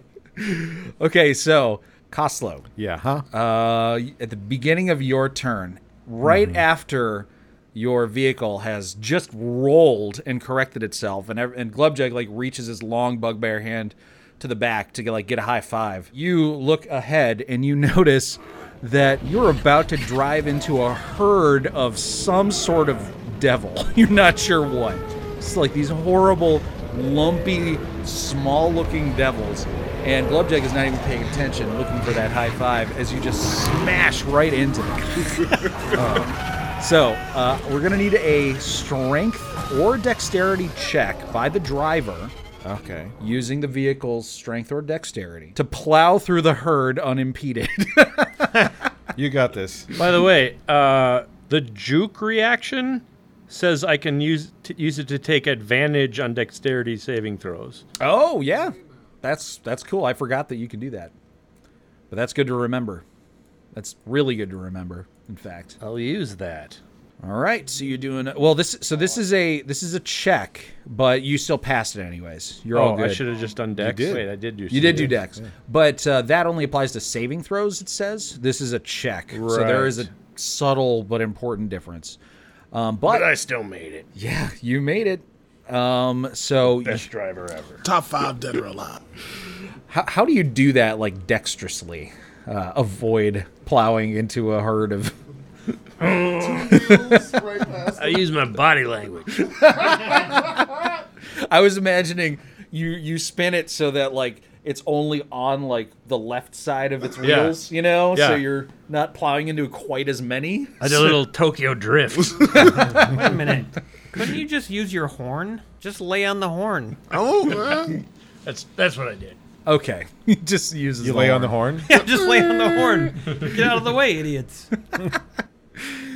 Speaker 1: okay. So Coslow,
Speaker 3: Yeah, huh?
Speaker 1: uh, at the beginning of your turn, right after your vehicle has just rolled and corrected itself, and ev- and Glubjag like reaches his long bugbear hand to the back to get, like get a high five. You look ahead and you notice that you're about to drive into a herd of some sort of devil. You're not sure what. It's like these horrible, lumpy, small-looking devils. And Glubjag is not even paying attention, looking for that high five as you just smash right into them. Uh, so uh, we're gonna need a strength or dexterity check by the driver
Speaker 3: Okay.
Speaker 1: using the vehicle's strength or dexterity to plow through the herd unimpeded.
Speaker 3: You got this.
Speaker 6: By the way, uh, the juke reaction says I can use t- use it to take advantage on dexterity saving throws.
Speaker 1: oh yeah, that's that's cool. I forgot that you can do that, but that's good to remember. That's really good to remember. In fact,
Speaker 6: I'll use that.
Speaker 1: all right. So you're doing well. This so this is a this is a check, but you still passed it anyways. You're all
Speaker 6: Oh,
Speaker 1: good.
Speaker 6: I should have just done dex.
Speaker 3: did.
Speaker 6: Wait, I did do.
Speaker 1: You did do
Speaker 6: dex.
Speaker 1: dex, but uh, that only applies to saving throws. It says this is a check, so there is a
Speaker 6: Right.
Speaker 1: subtle but important difference. Um, but,
Speaker 6: I still made it.
Speaker 1: yeah, you made it. Um, so y-
Speaker 6: Best driver ever.
Speaker 5: Top five dead or alive.
Speaker 1: how, how do you do that like dexterously? Uh, avoid plowing into a herd of.
Speaker 5: Right past
Speaker 6: I use my body language.
Speaker 1: I was imagining you you spin it so that like it's only on like the left side of its
Speaker 6: Yeah.
Speaker 1: wheels, you know, so
Speaker 6: Yeah.
Speaker 1: you're not plowing into quite as many.
Speaker 6: I did a little Tokyo drift.
Speaker 4: Wait a minute. Couldn't you just use your horn? Just lay on the horn.
Speaker 5: Oh, man.
Speaker 6: that's that's what I did.
Speaker 1: Okay, he just uses.
Speaker 3: You lay on the horn?
Speaker 4: just lay on the horn. Get out of the way, idiots.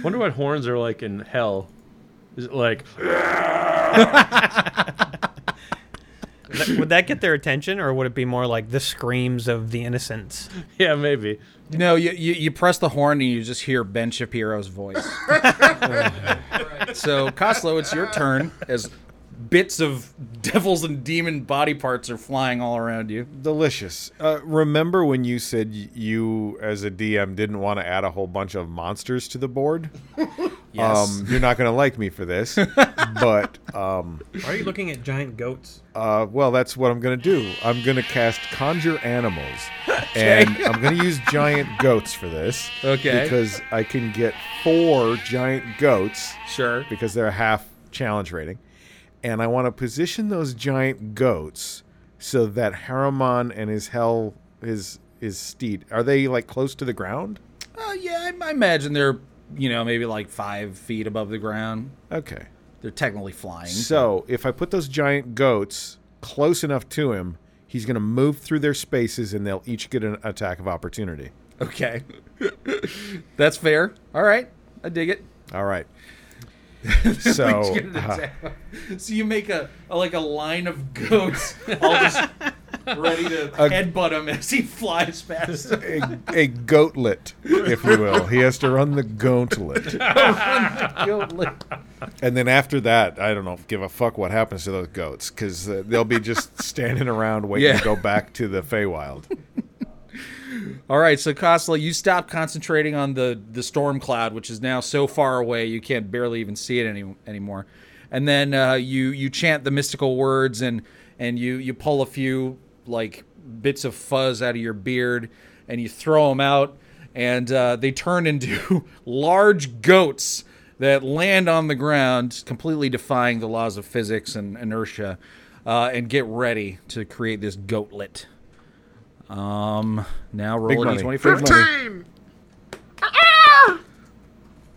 Speaker 6: Wonder what horns are like in hell. Is it like
Speaker 4: Th- Would that get their attention, or would it be more like the screams of the innocents?
Speaker 6: yeah maybe
Speaker 1: No, you, you you press the horn and you just hear Ben Shapiro's voice. so, Coslow, it's your turn as bits of devils and demon body parts are flying all around you.
Speaker 3: Delicious. Uh, remember when you said y- you, as a DM, didn't want to add a whole bunch of monsters to the board?
Speaker 1: Yes.
Speaker 3: Um, you're not going to like me for this, but um,
Speaker 8: Are you looking at giant goats?
Speaker 3: uh, well, that's what I'm going to do. I'm going to cast Conjure Animals, and I'm going to use giant goats for this.
Speaker 1: Okay.
Speaker 3: Because I can get four giant goats
Speaker 1: Sure.
Speaker 3: because they're a half challenge rating. And I want to position those giant goats so that Haramon and his hell his his steed are they like close to the ground?
Speaker 1: Uh, yeah, I, I imagine they're you know maybe like five feet above the ground.
Speaker 3: Okay.
Speaker 1: They're technically flying.
Speaker 3: So if I put those giant goats close enough to him, he's gonna move through their spaces and they'll each get an attack of opportunity.
Speaker 1: Okay, that's fair. All right, I dig it.
Speaker 3: All right. So
Speaker 1: Get an
Speaker 3: uh,
Speaker 1: attack. so you make a, a- like a line of goats, all just ready to headbutt him as he flies past.
Speaker 3: a, a goatlet, if you will. He has to run the gauntlet. And then after that, I don't know, give a fuck what happens to those goats because uh, they'll be just standing around waiting
Speaker 1: Yeah.
Speaker 3: to go back to the Feywild.
Speaker 1: All right, so Kosla, you stop concentrating on the the storm cloud, which is now so far away you can't barely even see it any, anymore. And then uh, you you chant the mystical words and and you you pull a few like bits of fuzz out of your beard and you throw them out and uh, they turn into large goats that land on the ground, completely defying the laws of physics and inertia, uh, and get ready to create this goatlet. Um, now roll a
Speaker 3: money.
Speaker 1: d20
Speaker 3: Big
Speaker 1: for
Speaker 3: money.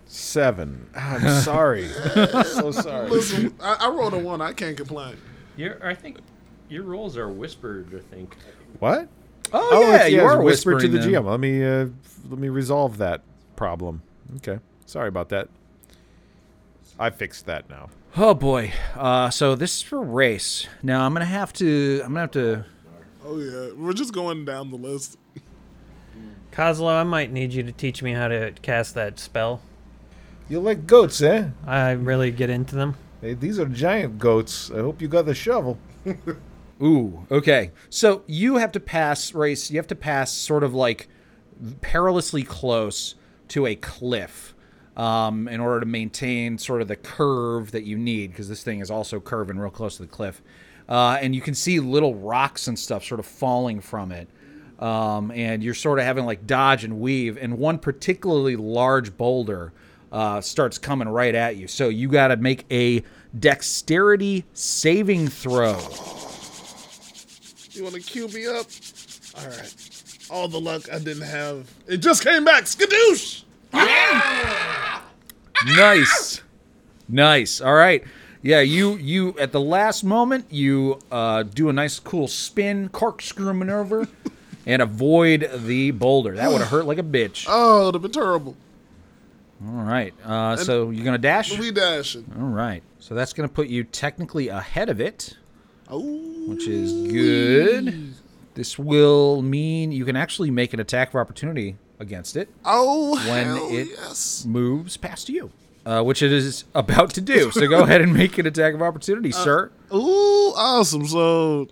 Speaker 3: Seven. Ah, I'm sorry. so sorry.
Speaker 5: Listen, I, I rolled a one. I can't complain.
Speaker 6: Your, I think your rolls are whispered. I think.
Speaker 3: What?
Speaker 1: Oh, yeah,
Speaker 3: it's-
Speaker 1: you
Speaker 3: it's
Speaker 1: are
Speaker 3: whisper to
Speaker 1: whispering
Speaker 3: the
Speaker 1: them.
Speaker 3: GM. Let me uh, f- let me resolve that problem. Okay. Sorry about that. I fixed that now.
Speaker 1: Oh boy. Uh, so this is for race. Now I'm gonna have to. I'm gonna have to.
Speaker 5: Oh yeah, we're just going down the list.
Speaker 4: Kozlo, I might need you to teach me how to cast that spell.
Speaker 3: You like goats, eh?
Speaker 4: I really get into them.
Speaker 3: Hey, these are giant goats. I hope you got the shovel.
Speaker 1: Ooh. Okay. So you have to pass race. You have to pass sort of like perilously close to a cliff um, in order to maintain sort of the curve that you need because this thing is also curving real close to the cliff. Uh, and you can see little rocks and stuff sort of falling from it. um, and you're sort of having like dodge and weave, and one particularly large boulder uh, starts coming right at you. So you got to make a dexterity saving throw.
Speaker 5: You want to cue me up? All right. All the luck I didn't have. It just came back. Skadoosh!
Speaker 1: nice, nice. All right, yeah. You you at the last moment you uh, do a nice cool spin corkscrew maneuver. And avoid the boulder. That would have hurt like a bitch. All
Speaker 5: Oh, it'd have been terrible.
Speaker 1: right. Uh, so you're gonna dash.
Speaker 5: We dashing.
Speaker 1: All right. So that's gonna put you technically ahead of it.
Speaker 5: Oh,
Speaker 1: which is good. This will mean you can actually make an attack of opportunity against it.
Speaker 5: oh,
Speaker 1: When
Speaker 5: hell
Speaker 1: it-
Speaker 5: yes.
Speaker 1: Moves past you, uh, which it is about to do. So go ahead and make an attack of opportunity,
Speaker 5: Uh,
Speaker 1: sir.
Speaker 5: Ooh, awesome. So,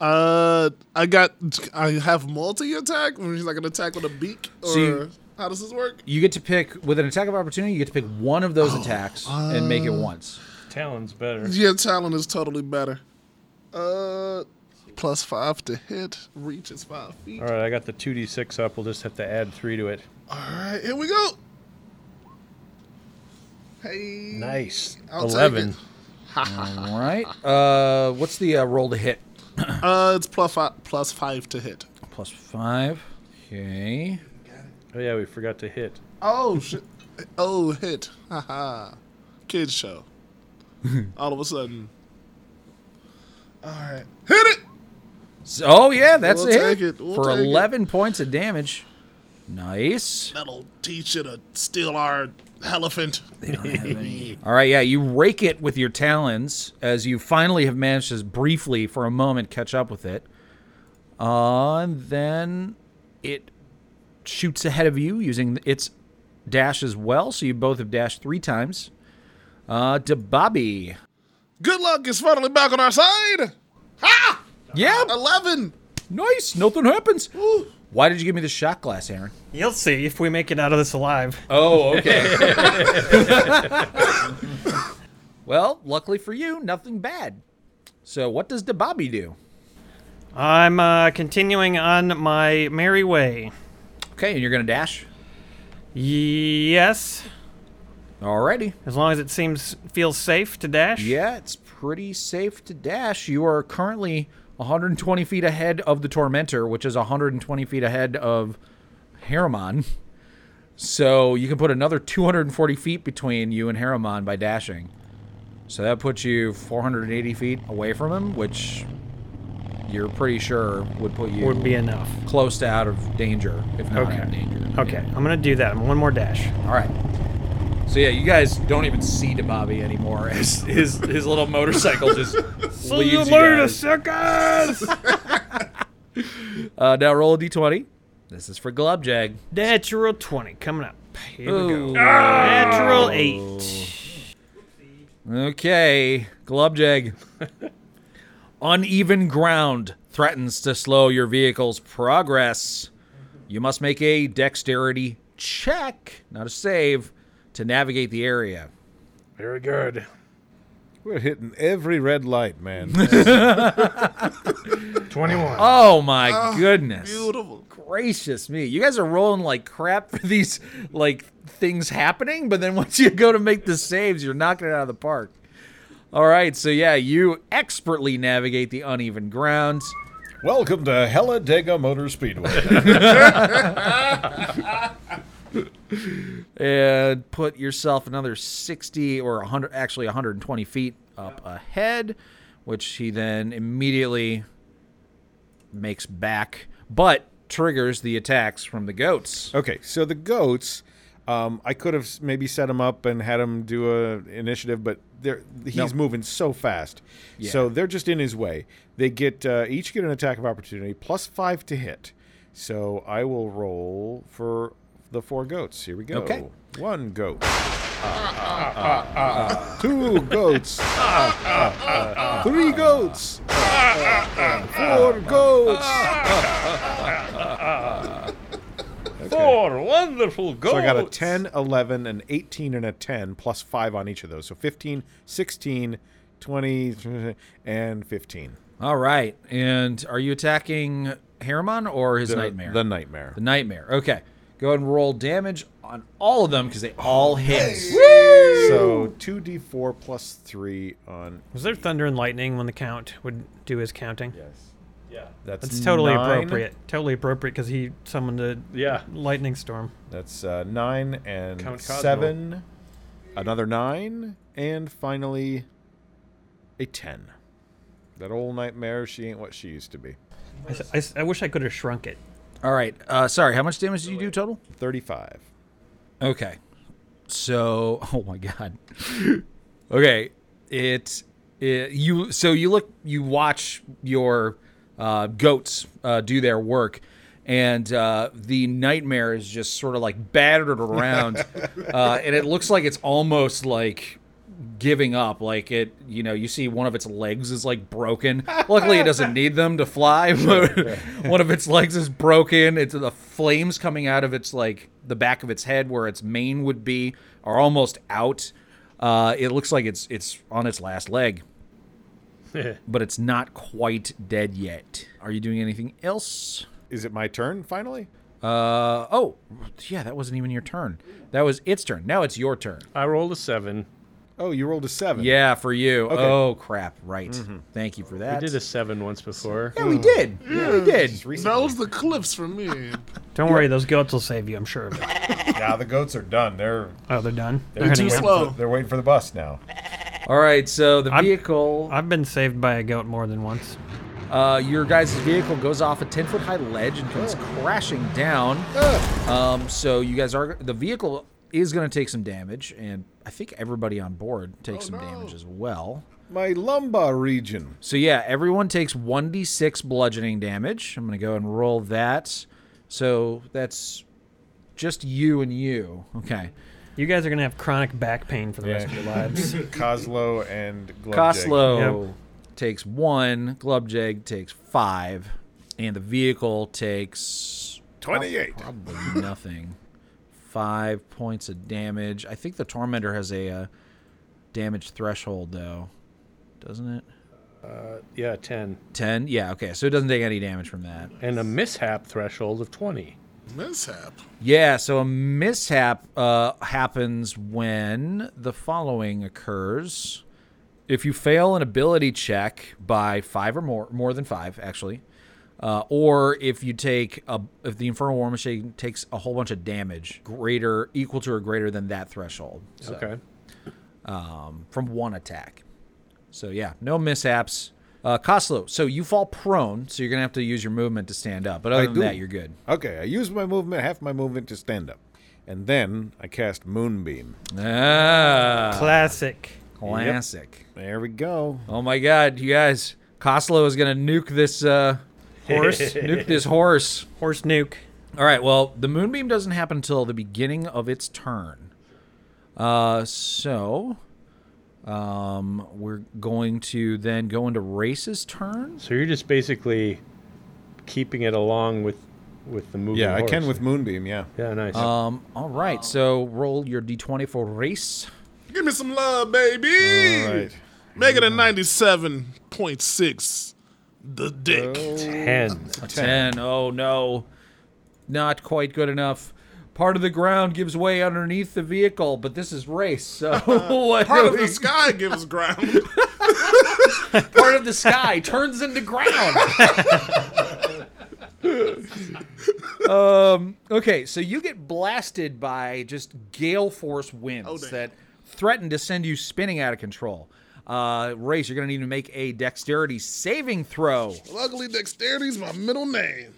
Speaker 5: uh, I got, I have multi attack, which is like an attack with a beak, or
Speaker 1: So you-
Speaker 5: how does this work?
Speaker 1: You get to pick with an attack of opportunity. You get to pick one of
Speaker 5: Oh,
Speaker 1: those attacks
Speaker 5: uh,
Speaker 1: and make it once.
Speaker 6: Talon's better.
Speaker 5: Yeah, talent is totally better. Uh, plus five to hit, reach is five feet.
Speaker 6: All right, I got the two d six up. We'll just have to add three to it.
Speaker 5: All right, here we go. Hey,
Speaker 6: Nice.
Speaker 5: I'll take
Speaker 6: Eleven.
Speaker 5: it.
Speaker 1: All right. Uh, what's the uh, roll to hit?
Speaker 5: Uh, it's plus five, plus five to hit.
Speaker 1: Plus five. Okay.
Speaker 6: Oh yeah, we forgot to hit.
Speaker 5: Oh shit! Oh hit! Haha! Kids show. All of a sudden. All right, hit it!
Speaker 1: So, oh yeah, that's
Speaker 5: We'll
Speaker 1: a hit
Speaker 5: take it. We'll
Speaker 1: for
Speaker 5: take it.
Speaker 1: eleven points of damage. Nice.
Speaker 5: That'll teach you to steal our elephant.
Speaker 1: All right, yeah, you rake it with your talons as you finally have managed to briefly, for a moment, catch up with it. Uh, and then it shoots ahead of you using its dash as well, so you both have dashed three times. Uh, to Bobby.
Speaker 5: Good luck is finally back on our side.
Speaker 1: Yeah,
Speaker 5: Eleven.
Speaker 1: Nice, nothing happens. Why did you give me the shot glass, Aaron?
Speaker 4: You'll see if we make it out of this alive.
Speaker 1: Oh, okay. well, luckily for you, nothing bad. So, what does the Bobby do?
Speaker 4: I'm uh, continuing on my merry way.
Speaker 1: Okay, and you're gonna dash.
Speaker 4: Yes,
Speaker 1: Alrighty.
Speaker 4: as long as it seems feels safe to dash.
Speaker 1: Yeah, it's pretty safe to dash. You are currently 120 feet ahead of the Tormentor, which is 120 feet ahead of Haramon. So you can put another 240 feet between you and Haramon by dashing. So that puts you 480 feet away from him, which you're pretty sure would put you
Speaker 4: would be enough.
Speaker 1: close to out of danger, if not out
Speaker 4: Okay.
Speaker 1: of danger.
Speaker 4: Okay, I'm gonna do that. One more dash.
Speaker 1: All right. So yeah, you guys don't even see Bobby anymore as his his little motorcycle just leaves you guys.
Speaker 4: suckers!
Speaker 1: Uh, now roll a d20. This is for Globjag.
Speaker 4: Natural 20 coming up. Here we
Speaker 1: Ooh.
Speaker 4: go. Natural 8.
Speaker 1: Okay, Globjag. Uneven ground threatens to slow your vehicle's progress. You must make a dexterity check, not a save, to navigate the area.
Speaker 6: Very good.
Speaker 3: We're hitting every red light, man.
Speaker 6: 21.
Speaker 1: Oh my goodness.
Speaker 5: Beautiful.
Speaker 1: gracious me you guys are rolling like crap for these like things happening but then once you go to make the saves you're knocking it out of the park all right so yeah you expertly navigate the uneven ground
Speaker 3: Welcome to Helladega Motor Speedway.
Speaker 1: and put yourself another 60 or 100 actually 120 feet up ahead which he then immediately makes back but triggers the attacks from the goats
Speaker 3: Okay, so the goats, um, I could have s- maybe set him up and had him do a initiative, but they're he's moving so fast, so they're just in his way. They get uh, each get an attack of opportunity plus five to hit. So I will roll for the four goats. Here we go.
Speaker 1: Okay.
Speaker 3: One goat. Uh, Two goats. Three goats. Four goats.
Speaker 6: Four wonderful goals.
Speaker 3: So I got a 10, 11, an 18, and a 10, plus 5 on each of those. So 15, 16, 20, and 15.
Speaker 1: All right. And are you attacking Haramon or his
Speaker 3: The
Speaker 1: nightmare?
Speaker 3: The nightmare.
Speaker 1: The nightmare. Okay. Go ahead and roll damage on all of them because they all hit.
Speaker 3: So 2d4 plus 3 on.
Speaker 4: Was there thunder and lightning when the count would do his counting?
Speaker 3: That's,
Speaker 4: That's totally
Speaker 3: nine.
Speaker 4: appropriate. Totally appropriate because he summoned a
Speaker 6: Yeah.
Speaker 4: lightning storm.
Speaker 3: That's uh, 9 and
Speaker 6: Count Cosmo.
Speaker 3: 7, another 9, and finally a 10. That old nightmare, she ain't what she used to be.
Speaker 4: I s- I, s- I wish I could have shrunk it.
Speaker 1: All right. Uh, sorry. How much damage did you do total?
Speaker 3: 35.
Speaker 1: Okay. So, oh my god. okay. It, it you so you look you watch your uh, goats uh, do their work and uh, the nightmare is just sort of like battered around uh, and it looks like it's almost like giving up like it you know you see one of its legs is like broken luckily it doesn't need them to fly but one of its legs is broken it's the flames coming out of its like the back of its head where its mane would be are almost out uh, it looks like it's it's on its last leg but it's not quite dead yet are you doing anything else
Speaker 3: Is it my turn finally?
Speaker 1: uh oh yeah that wasn't even your turn that was its turn now it's your turn
Speaker 6: I rolled a seven.
Speaker 3: Oh, you rolled a 7.
Speaker 1: yeah for you oh crap right thank you for
Speaker 6: I
Speaker 1: that
Speaker 6: Mm-hmm. did a seven once before.
Speaker 1: yeah, we did. Yeah, we did.
Speaker 3: Just recently.
Speaker 5: Smells the cliffs for me.
Speaker 4: Don't worry, those goats will save you, I'm sure. of it.
Speaker 3: Nah, the goats are done. They're
Speaker 4: Oh, they're done. They're
Speaker 5: Too
Speaker 4: heading out.
Speaker 5: slow.
Speaker 3: they're waiting for the bus now.
Speaker 1: All right, so the
Speaker 4: I'm-
Speaker 1: vehicle,
Speaker 4: I've been saved by a goat more than once.
Speaker 1: uh, your guys' vehicle goes off a 10 foot high ledge and comes crashing down. Um, so you guys are, the vehicle is going to take some damage, and I think everybody on board takes some damage as well.
Speaker 3: My lumbar region.
Speaker 1: So yeah, everyone takes 1d6 bludgeoning damage. I'm going to go and roll that. So that's just you and you. Okay.
Speaker 4: You guys are going to have chronic back pain for the rest of your lives.
Speaker 3: Coslow and Globjig.
Speaker 1: Coslow takes one. Glubjeg takes five. And the vehicle takes
Speaker 5: 28.
Speaker 1: Probably nothing. Five points of damage. I think the tormentor has a uh, damage threshold though, doesn't it?
Speaker 6: Yeah, 10.
Speaker 1: Ten. Yeah. Okay. So it doesn't take any damage from that.
Speaker 6: And a mishap threshold of 20.
Speaker 5: Mishap.
Speaker 1: Yeah. So a mishap uh, happens when the following occurs: if you fail an ability check by five or more, more than five actually, uh, or if you take a, if the infernal war machine takes a whole bunch of damage greater, equal to or greater than that threshold. So-
Speaker 6: Okay.
Speaker 1: from one attack. So yeah, no mishaps. Uh, Koslo, so you fall prone, so you're gonna have to use your movement to stand up. But other
Speaker 3: I
Speaker 1: than
Speaker 3: do.
Speaker 1: that, you're good.
Speaker 3: Okay, I use my movement, half my movement to stand up. And then I cast Moonbeam.
Speaker 1: Ah,
Speaker 4: Classic.
Speaker 1: classic.
Speaker 3: There we go.
Speaker 1: Oh my God, you guys, Koslo is gonna nuke this uh, horse. nuke this horse.
Speaker 4: Horse nuke.
Speaker 1: All right. Well, the moonbeam doesn't happen until the beginning of its turn. Uh, so, um, we're going to then go into Race's turn.
Speaker 6: So you're just basically keeping it along with with the movie.
Speaker 3: Yeah, I can with Moonbeam, yeah.
Speaker 6: Yeah, nice.
Speaker 1: Um, all right. So roll your d20 for Race.
Speaker 5: Give me some love, baby.
Speaker 3: All right.
Speaker 5: Make it a 97.6. The dick.
Speaker 1: Oh.
Speaker 6: 10.
Speaker 1: 10. Oh, no. Not quite good enough. Part of the ground gives way underneath the vehicle, but this is race. So what
Speaker 5: Part
Speaker 1: do
Speaker 5: of
Speaker 1: we-
Speaker 5: the sky gives ground.
Speaker 1: part of the sky turns into ground. um, okay, so you get blasted by just gale force winds
Speaker 5: Oh, damn.
Speaker 1: that threaten to send you spinning out of control. Uh, race, you're going to need to make a dexterity saving throw.
Speaker 5: Luckily, dexterity's my middle name.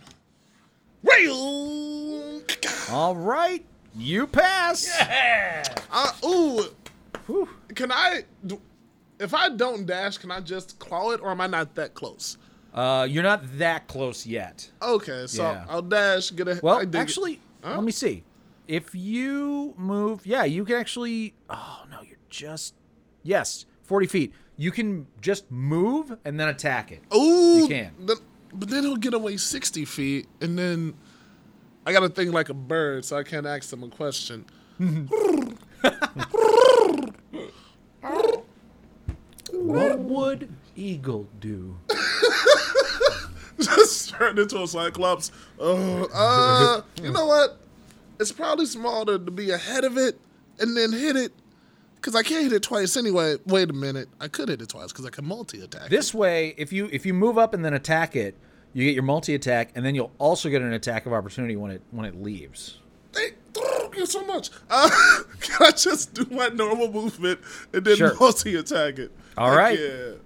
Speaker 5: Rail.
Speaker 1: All right, you pass.
Speaker 5: Uh, ooh. Can I? do- If I don't dash, can I just claw it, or am I not that close?
Speaker 1: Uh, you're not that close yet.
Speaker 5: Okay, so
Speaker 1: Yeah.
Speaker 5: I'll dash. Get a. I
Speaker 1: Well,
Speaker 5: dig it.
Speaker 1: actually, let me see. If you move, yeah, you can actually. Oh no, you're just yes, forty feet. You can just move and then attack it.
Speaker 5: Ooh,
Speaker 1: You can.
Speaker 5: Then, but then he'll get away sixty feet, and then I gotta think like a bird, so I can't ask him a question.
Speaker 1: What would eagle do?
Speaker 5: Just turned into a cyclops. Oh, uh, you know what? It's probably smarter to be ahead of it and then hit it, because I can't hit it twice anyway. Wait a minute, I could hit it twice because I can multi-attack.
Speaker 1: This way, if you if you move up and then attack it, you get your multi attack, and then you'll also get an attack of opportunity when it when it leaves.
Speaker 5: Thank you so much. Uh, can I just do my normal movement and then
Speaker 1: Sure.
Speaker 5: multi attack it?
Speaker 1: All
Speaker 5: All right.
Speaker 1: right.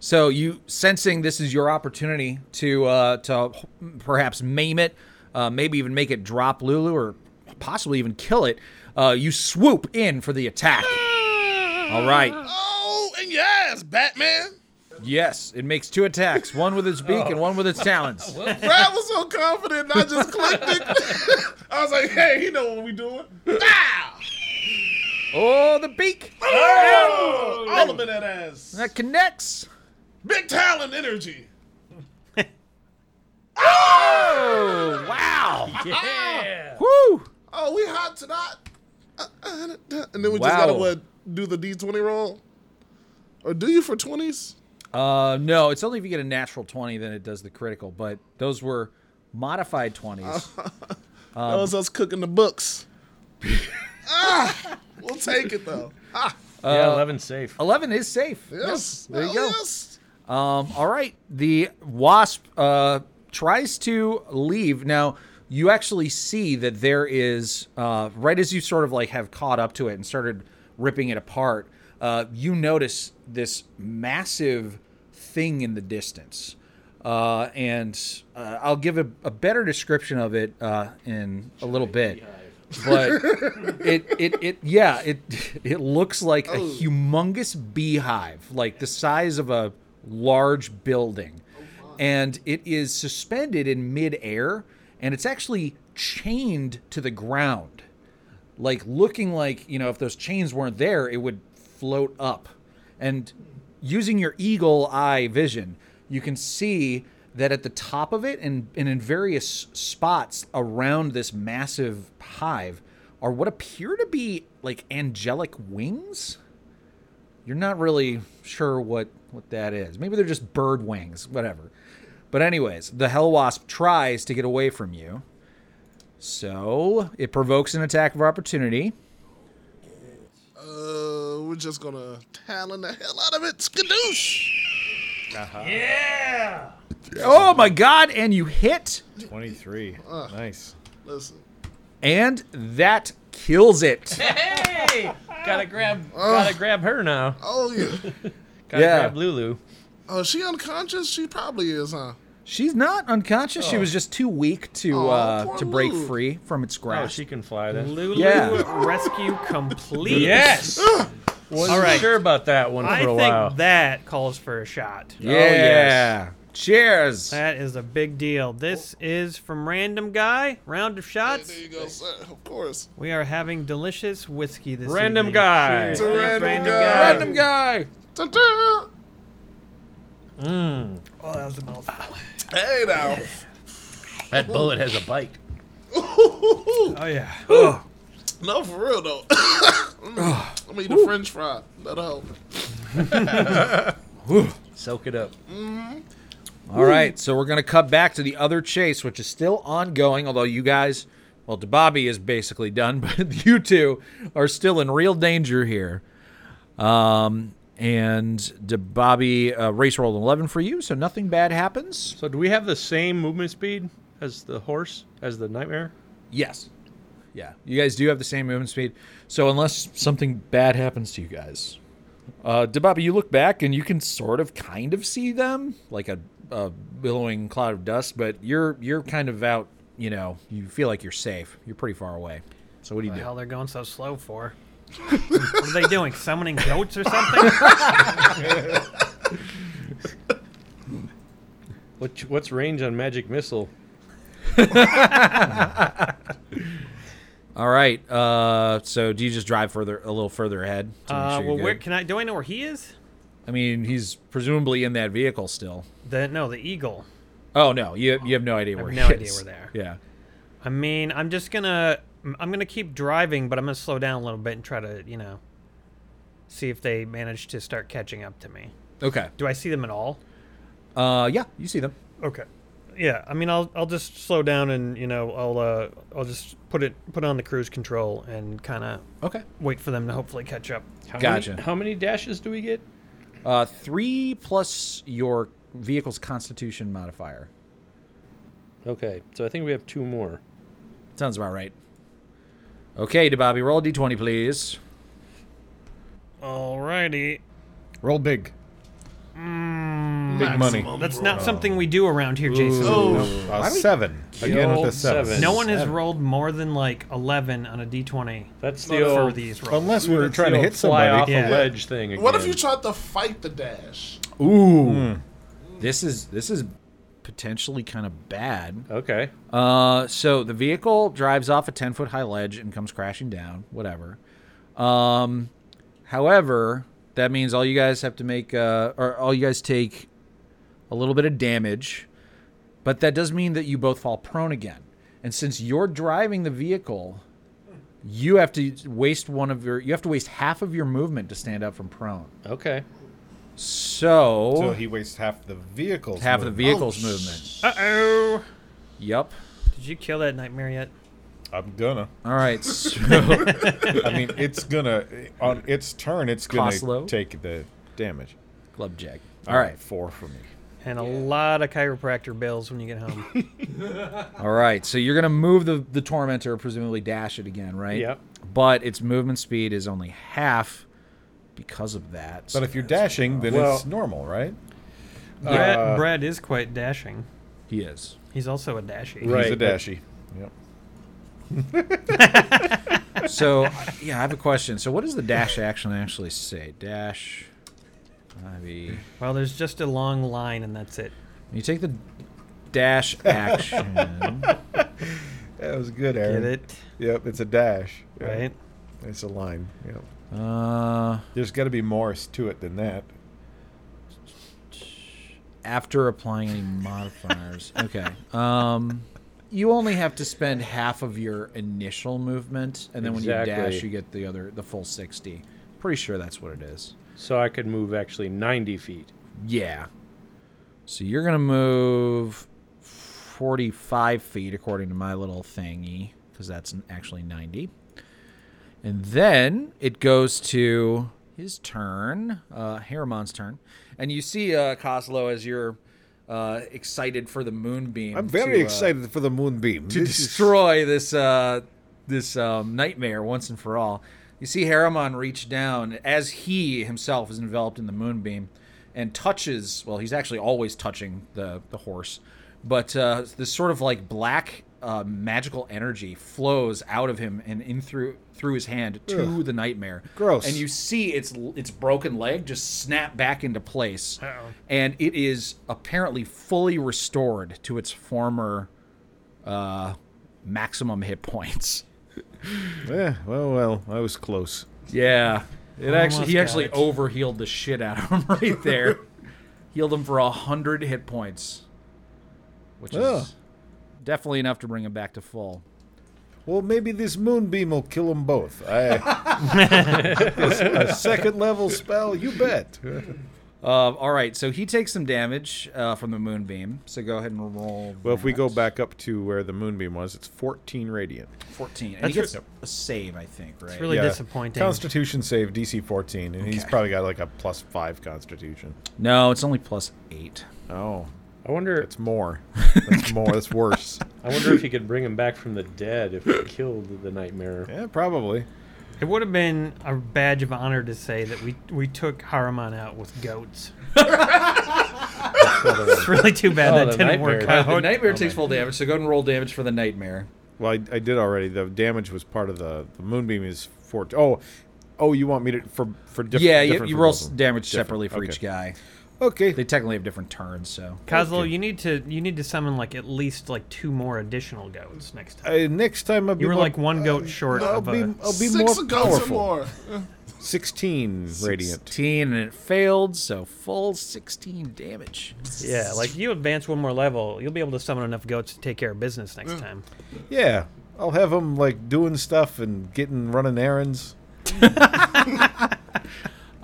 Speaker 1: So you sensing this is your opportunity to uh, to perhaps maim it, uh, maybe even make it drop Lulu, or possibly even kill it. Uh, you swoop in for the attack. All right.
Speaker 5: Oh, and yes, Batman.
Speaker 1: Yes, it makes two attacks: one with its beak and one with its talons.
Speaker 5: Bro, I was so confident, and I just clicked it. I was like, hey, he know what we doing. Bow!
Speaker 1: Oh, the beak
Speaker 5: Oh, all up in that ass.
Speaker 1: that connects.
Speaker 5: Big talent energy.
Speaker 1: Oh, wow!
Speaker 6: Ah!
Speaker 1: Woo!
Speaker 5: Oh, we hot tonight. Uh, uh, uh, And then we just
Speaker 1: Wow.
Speaker 5: gotta what, do the D20 roll? Or do you for 20s?
Speaker 1: Uh, no, it's only if you get a natural twenty then it does the critical. But those were modified twenties. Um,
Speaker 5: that was us cooking the books. ah, we'll take it though. Ah,
Speaker 6: yeah, 11 safe.
Speaker 1: Eleven is safe.
Speaker 5: yes.
Speaker 1: there you
Speaker 5: Hell
Speaker 1: go.
Speaker 5: Yes.
Speaker 1: Um, all right. The wasp uh, tries to leave. Now, you actually see that there is, uh, right as you sort of like have caught up to it and started ripping it apart, uh, you notice this massive thing in the distance. Uh, and uh, I'll give a, a better description of it uh, in a little bit. But it, it, it, yeah, it, it looks like a humongous beehive, like the size of a large building. And it is suspended in midair, and it's actually chained to the ground like looking like you know if those chains weren't there it would float up and using your eagle eye vision you can see that at the top of it and, and in various spots around this massive hive are what appear to be like angelic wings. You're not really sure what, what that is. Maybe they're just bird wings, whatever. But, anyways, the Hell Wasp tries to get away from you. So it provokes an attack of opportunity.
Speaker 5: Uh, we're just gonna talon the hell out of it. Skadoosh!
Speaker 1: Oh my god, and you hit,
Speaker 2: 23. nice.
Speaker 5: Listen,
Speaker 1: and that kills it.
Speaker 6: Hey, gotta grab, gotta grab her now.
Speaker 5: oh yeah.
Speaker 6: Gotta
Speaker 1: Yeah.
Speaker 6: grab Lulu.
Speaker 5: Oh, is she unconscious? She probably is, huh?
Speaker 1: She's not unconscious. She was just too weak to
Speaker 5: Aw,
Speaker 1: uh,
Speaker 5: poor
Speaker 1: to break
Speaker 5: Lulu.
Speaker 1: free from its
Speaker 6: Oh. Oh,
Speaker 1: grasp.
Speaker 6: she can fly then.
Speaker 4: Lulu
Speaker 1: Yeah.
Speaker 4: rescue complete.
Speaker 6: Yes. Wasn't
Speaker 4: All right.
Speaker 6: sure about that one for
Speaker 4: I
Speaker 6: a
Speaker 4: think
Speaker 6: while.
Speaker 4: that calls for a shot.
Speaker 6: Oh,
Speaker 1: yeah. Cheers.
Speaker 4: That is a big deal. This is from Random Guy. Round of
Speaker 5: Hey,
Speaker 4: shots.
Speaker 5: there you go, sir. Of course.
Speaker 4: We are having delicious whiskey this
Speaker 6: Random
Speaker 4: evening.
Speaker 6: guy.
Speaker 4: Cheers.
Speaker 5: It's a
Speaker 4: Thanks,
Speaker 5: random
Speaker 4: random
Speaker 5: guy.
Speaker 4: guy.
Speaker 1: Random guy.
Speaker 5: Ta-da!
Speaker 4: Oh, that was a mouthful.
Speaker 5: Hey now.
Speaker 6: that bullet has a bite.
Speaker 4: Oh yeah.
Speaker 5: No, for real though. Mm, I'm gonna eat a French fry. That'll help.
Speaker 6: Soak it up.
Speaker 1: All right, so we're gonna cut back to the other chase, which is still ongoing. Although you guys, well, Bobby is basically done, but you two are still in real danger here. Um, and Bobby uh, race rolled an eleven for you, so nothing bad happens.
Speaker 6: So do we have the same movement speed as the horse, as the nightmare?
Speaker 1: Yes. Yeah. You guys do have the same movement speed. So unless something bad happens to you guys. Uh Debabi, you look back and you can sort of kind of see them, like a, a billowing cloud of dust, but you're you're kind of out, you know, you feel like you're safe. You're pretty far away. So what do you
Speaker 4: The
Speaker 1: do?
Speaker 4: hell they're going so slow for? what are they doing? Summoning goats or something?
Speaker 6: What, what's range on magic missile?
Speaker 1: All right. Uh so do you just drive further a little further ahead? to make
Speaker 4: Uh,
Speaker 1: sure you're
Speaker 4: well, where
Speaker 1: good?
Speaker 4: can I? Do I know where he is?
Speaker 1: I mean, he's presumably in that vehicle still.
Speaker 4: The no, the eagle.
Speaker 1: Oh no, you you have no idea
Speaker 4: have
Speaker 1: where
Speaker 4: no
Speaker 1: he
Speaker 4: idea
Speaker 1: is.
Speaker 4: where they are.
Speaker 1: Yeah.
Speaker 4: I mean, I'm just gonna, I'm gonna keep driving, but I'm gonna slow down a little bit and try to, you know, see if they manage to start catching up to me.
Speaker 1: Okay.
Speaker 4: Do I see them at all?
Speaker 1: Uh yeah, you see them.
Speaker 4: Okay. Yeah, I mean, I'll I'll just slow down and you know I'll uh I'll just put it put on the cruise control and kind of
Speaker 1: Okay.
Speaker 4: wait for them to hopefully catch up.
Speaker 6: How
Speaker 1: Gotcha.
Speaker 6: Many, how many dashes do we get?
Speaker 1: Uh, three plus your vehicle's constitution modifier.
Speaker 6: Okay, so I think we have two more.
Speaker 1: Sounds about right. Okay, DeBobby, roll a d20, please.
Speaker 4: Alrighty.
Speaker 2: Roll big.
Speaker 5: Big
Speaker 2: money.
Speaker 4: That's not something we do around here, Jason.
Speaker 2: Uh, seven. Again with
Speaker 6: Roll
Speaker 2: a seven.
Speaker 6: seven.
Speaker 4: No one has rolled more than like 11 on a d20
Speaker 6: That's the
Speaker 4: for
Speaker 6: old,
Speaker 4: these rolls.
Speaker 2: Unless we're
Speaker 6: that's
Speaker 2: trying
Speaker 6: the
Speaker 2: to
Speaker 6: old
Speaker 2: hit
Speaker 6: fly off
Speaker 2: somebody.
Speaker 4: Yeah.
Speaker 6: a ledge thing again.
Speaker 5: What if you tried to fight the dash?
Speaker 1: Ooh, Hmm. this is this is potentially kind of bad.
Speaker 6: Okay.
Speaker 1: Uh, so the vehicle drives off a 10 foot high ledge and comes crashing down. Whatever. Um, however, that means all you guys have to make, uh, or all you guys take a little bit of damage, but that does mean that you both fall prone again. And since you're driving the vehicle, you have to waste one of your, you have to waste half of your movement to stand up from prone.
Speaker 6: Okay.
Speaker 1: So,
Speaker 2: So he wastes half the vehicles.
Speaker 1: half of the
Speaker 2: movement.
Speaker 1: vehicle's movement.
Speaker 4: Uh-oh.
Speaker 1: Yep.
Speaker 4: Did you kill that nightmare yet?
Speaker 2: I'm gonna.
Speaker 1: All right. So.
Speaker 2: I mean, it's gonna on its turn. It's gonna
Speaker 1: Cost low?
Speaker 2: take the damage.
Speaker 1: Clubjack. All right.
Speaker 2: four for me.
Speaker 4: And a lot of chiropractor bills when you get
Speaker 6: Uh,
Speaker 4: home.
Speaker 1: All right, so you're gonna move the the tormentor, presumably dash it again, right?
Speaker 6: Yep.
Speaker 1: But its movement speed is only half because of that.
Speaker 2: But
Speaker 1: So
Speaker 2: if you're dashing, then
Speaker 6: Well-
Speaker 2: it's normal, right?
Speaker 4: Brad, Brad is quite dashing.
Speaker 1: he is.
Speaker 4: He's also a dashy.
Speaker 6: Right.
Speaker 2: He's a
Speaker 6: but-
Speaker 2: dashy. Yep.
Speaker 1: So yeah, I have a question. So what does the dash action actually say? Dash. I mean,
Speaker 4: Well, there's just a long line and that's it.
Speaker 1: you take the dash action.
Speaker 2: That was good, Aaron.
Speaker 4: Get it?
Speaker 2: Yep, it's a dash. Yep.
Speaker 4: Right?
Speaker 2: It's a line. Yep.
Speaker 1: uh,
Speaker 2: There's got to be more s- to it than that.
Speaker 1: after applying any modifiers. Okay. Um, you only have to spend half of your initial movement, and then when you
Speaker 6: Exactly.
Speaker 1: dash, you get the other, the full sixty. Pretty sure that's what it is.
Speaker 6: So I could move actually 90 feet.
Speaker 1: Yeah. So you're gonna move forty-five feet according to my little thingy, because that's n- actually ninety. And then it goes to his turn, uh, Haramon's turn, and you see uh, Coslo as you're uh, excited for the moonbeam.
Speaker 3: I'm very
Speaker 1: to, uh,
Speaker 3: excited for the moonbeam.
Speaker 1: to
Speaker 3: This is-
Speaker 1: destroy this uh, this um, nightmare once and for all. You see Haramon reach down as he himself is enveloped in the moonbeam and touches. Well, he's actually always touching the the horse, but uh, this sort of like black uh, magical energy flows out of him and in through through his hand to the nightmare.
Speaker 3: Gross.
Speaker 1: And you see its its broken leg just snap back into place, and it is apparently fully restored to its former uh, maximum hit points.
Speaker 3: Eh, well, well, I was close.
Speaker 1: Yeah, it actually he
Speaker 4: got
Speaker 1: actually
Speaker 4: it.
Speaker 1: overhealed the shit out of him right there. Healed him for a hundred hit points, which
Speaker 3: Oh.
Speaker 1: is definitely enough to bring him back to full.
Speaker 3: Well, maybe this moonbeam will kill them both. I, a second level spell, you bet.
Speaker 1: Uh, all right, so he takes some damage uh, from the moonbeam. So go ahead and roll.
Speaker 3: Well, if we go
Speaker 1: that.
Speaker 3: back up to where the moonbeam was, it's 14 radiant.
Speaker 1: fourteen, and he
Speaker 4: That's
Speaker 1: gets a save, I think, right?
Speaker 4: really disappointing.
Speaker 3: Constitution save DC 14, and he's
Speaker 1: Okay.
Speaker 3: probably got like a plus five Constitution.
Speaker 1: No, it's only plus eight.
Speaker 3: Oh,
Speaker 6: I wonder
Speaker 3: that's more. That's more. That's worse.
Speaker 6: I wonder if you could bring him back from the dead if he killed the nightmare.
Speaker 3: Yeah, probably.
Speaker 4: It would have been a badge of honor to say that we we took Haruman out with goats. it's really too bad
Speaker 6: Oh,
Speaker 4: that
Speaker 6: the
Speaker 4: didn't work
Speaker 6: nightmare.
Speaker 4: out.
Speaker 1: The nightmare takes full damage, so go ahead and roll damage for the nightmare.
Speaker 3: Well, I, I did already. The damage was part of the the moonbeam is 14. Oh, oh, you want me to for for diff- different?
Speaker 1: yeah, you, you
Speaker 3: for
Speaker 1: roll
Speaker 3: both
Speaker 1: s-
Speaker 3: of them.
Speaker 1: damage
Speaker 3: Different,
Speaker 1: separately for each
Speaker 3: okay.
Speaker 1: guy.
Speaker 3: Okay.
Speaker 1: They technically have different turns, so
Speaker 4: Kozlo, you need to you need to summon like at least like two more additional goats next time.
Speaker 3: Uh, next time I'll be
Speaker 4: You were
Speaker 3: more-
Speaker 4: like one goat short
Speaker 3: I'll
Speaker 4: of
Speaker 3: be
Speaker 4: a.
Speaker 3: I'll Oh, be
Speaker 5: Six
Speaker 3: more
Speaker 5: goats
Speaker 3: powerful.
Speaker 5: or more.
Speaker 3: 16 radiant.
Speaker 1: sixteen, and it failed, so full sixteen damage.
Speaker 4: Yeah, like you advance one more level, you'll be able to summon enough goats to take care of business
Speaker 3: Mm.
Speaker 4: next time.
Speaker 3: Yeah, I'll have them like doing stuff and getting running errands.